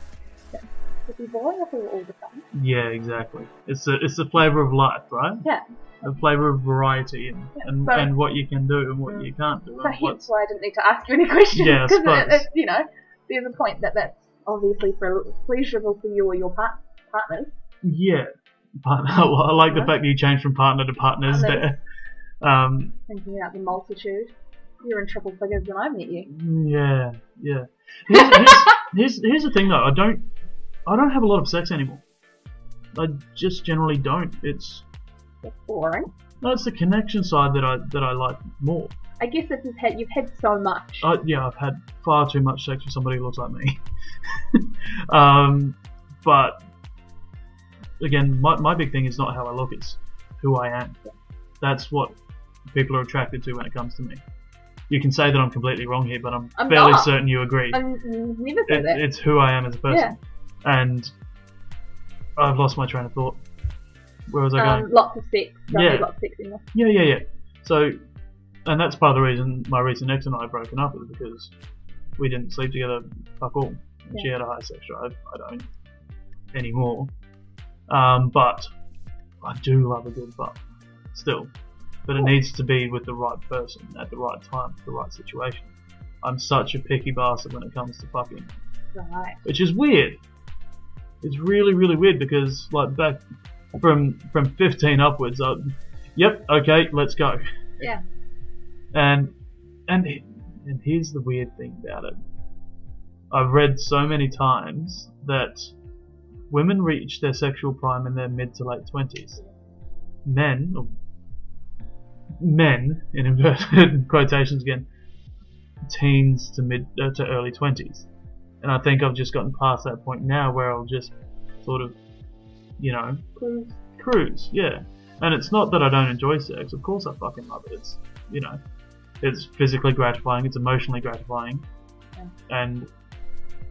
that's- it'd be boring if we were all the same.
Yeah, exactly. It's the it's the flavor of life, right?
Yeah.
The flavor of variety and
Yeah,
and,
so-
and what you can do and what you can't do.
So
and what's-
hence why I didn't need to ask you any questions.
Yeah, I
Because it,
suppose.
it- you know, there's a point that that's obviously for, pleasurable for you or your part, partners.
yeah. Partner. Well, I like the
Yeah.
fact that you changed from partner to partners
Partners.
there. Um,
Thinking about the multitude. You're in triple figures when I met you.
yeah, yeah. Here's, here's, here's, here's the thing though. I don't I don't have a lot of sex anymore. I just generally don't. It's
It's boring.
no, it's the connection side that I that I like more.
I guess if you've had you've had so much.
I, yeah, I've had far too much sex with somebody who looks like me. um, but again, my, my big thing is not how I look; it's who I am. That's what people are attracted to when it comes to me. You can say that I'm completely wrong here, but I'm,
I'm
fairly
not.
certain you agree.
I n- never say
It,
that.
it's who I am as a person, and I've lost my train of thought. Where was I going?
um, lots of sex. Don't do
Yeah.
Lots of sex anymore.
Yeah, yeah, yeah. So, and that's part of the reason my recent ex and I had broken up is because we didn't sleep together fuck all. And She had a high sex drive. I don't anymore. Um, but I do love a good butt still. But it needs to be with the right person at the right time, the right situation. I'm such a picky bastard when it comes to fucking
Right.
which is weird. It's really, really weird because like back from from 15 upwards, I, yep, okay, let's go.
Yeah.
And and and here's the weird thing about it. I've read so many times that women reach their sexual prime in their mid to late 20s. Men, or men in inverted quotations again, teens to mid uh, to early 20s and I think I've just gotten past that point now where I'll just sort of, you know,
Cruise.
cruise. Yeah, and it's not that I don't enjoy sex. Of course, I fucking love it. It's you know, it's physically gratifying. It's emotionally gratifying, and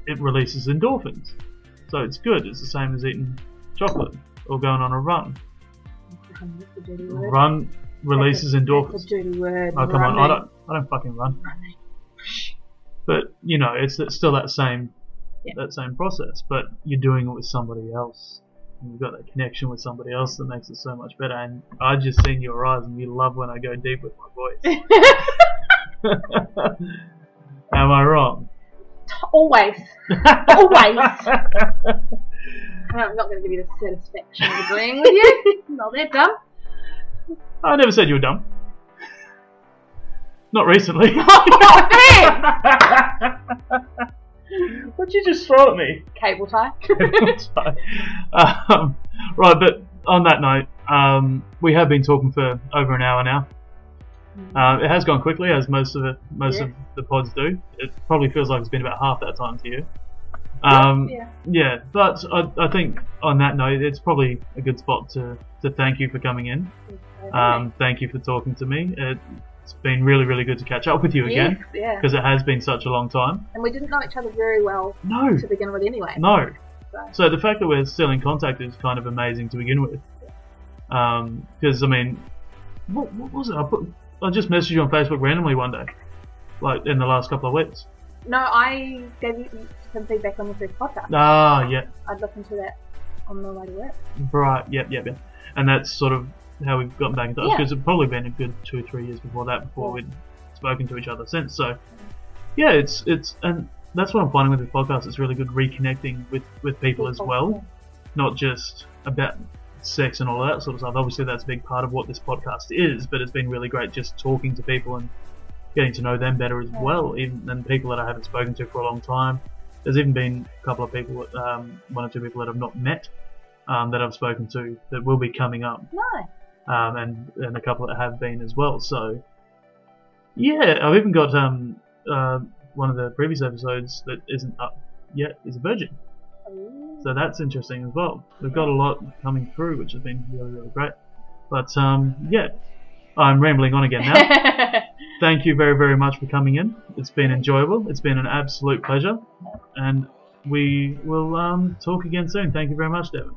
it releases endorphins. So it's good. It's the same as eating chocolate or going on a run.
Um, That's a dirty word.
Run releases
That's a-
endorphins.
That's a dirty word.
Oh come on! I
Running.
don't, I don't fucking run. But you know, it's, it's still that same,
Yeah.
that same process. But you're doing it with somebody else. And you've got that connection with somebody else that makes it so much better. And I just seen your eyes, and you love when I go deep with my voice. Am I wrong?
Always. Always. I'm not going to give you the satisfaction of agreeing with you. not that dumb.
I never said you were dumb. Not recently. What'd you just throw at me?
Cable tie.
So, um, right, but on that note, um, we have been talking for over an hour now.
Hmm.
Uh, it has gone quickly, as most of it, most of
Yes.
the pods do. It probably feels like it's been about half that time to you. Um,
Yeah.
yeah, but I, I think on that note, it's probably a good spot to, to thank you for coming in. Um, thank you for talking to me. It's been really, really good to catch up with you
yes,
again
yeah.
because it has been such a long time.
And we didn't know each other very well
No,
to begin with anyway.
no.
So,
So the fact that we're still in contact is kind of amazing to begin with. Because I mean, what, what was it? I, put, I just messaged you on Facebook randomly one day, like in the last couple of weeks.
no, I gave you some feedback on the first podcast.
Ah, yeah,
I'd listen to that on the way to work.
right, yep, yep, yep. And that's sort of how we've gotten back in touch
Yeah.
because it's probably been a good two or three years before that before
Yeah.
we'd spoken to each other since. So yeah, it's it's and that's what I'm finding with this podcast. It's really good reconnecting with with people as
People,
well.
yeah.
not just about sex and all that sort of stuff. Obviously, that's a big part of what this podcast is, but it's been really great just talking to people and
getting to know them better as well, even and people that I haven't spoken to for a long time. There's even been a couple of people, um, one or two people that I've not met, um, that I've spoken to that will be coming up,
Nice.
um, and and a couple that have been as well. So, yeah, I've even got um, uh, one of the previous episodes that isn't up yet is a virgin.
Ooh.
So that's interesting as well. We've got a lot coming through, which has been really, really great. But um, yeah, I'm rambling on again now. Thank you very, very much for coming in. It's been enjoyable. It's been an absolute pleasure. And we will um, talk again soon. Thank you very much, Devin.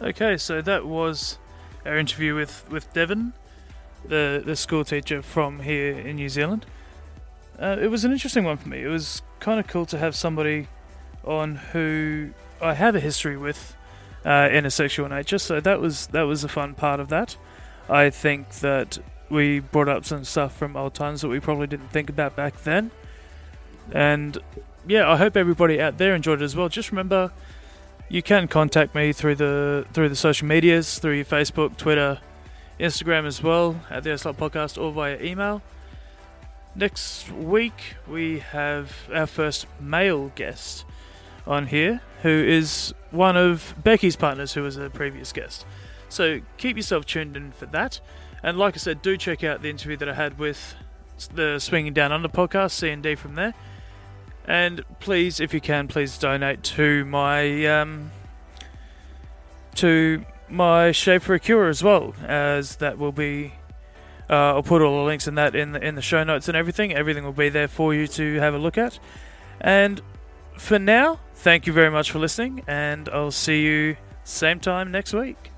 Okay, so that was our interview with, with Devon, the, the school teacher from here in New Zealand. Uh, it was an interesting one for me. It was kind of cool to have somebody on who I have a history with uh, in a sexual nature, so that was that was a fun part of that. I think that we brought up some stuff from old times that we probably didn't think about back then. And yeah, I hope everybody out there enjoyed it as well. Just remember you can contact me through the through the social medias, through your Facebook, Twitter, Instagram as well, at the Slot Podcast or via email. Next week we have our first male guest on here, who is one of Becky's partners who was a previous guest. So keep yourself tuned in for that. And like I said, do check out the interview that I had with the Swinging Down Under podcast, C and D from there. And please, if you can, please donate to my um, to my Shape for a Cure as well, as that will be. Uh, I'll put all the links in that in the, in the show notes and everything. Everything will be there for you to have a look at. And for now, thank you very much for listening, and I'll see you same time next week.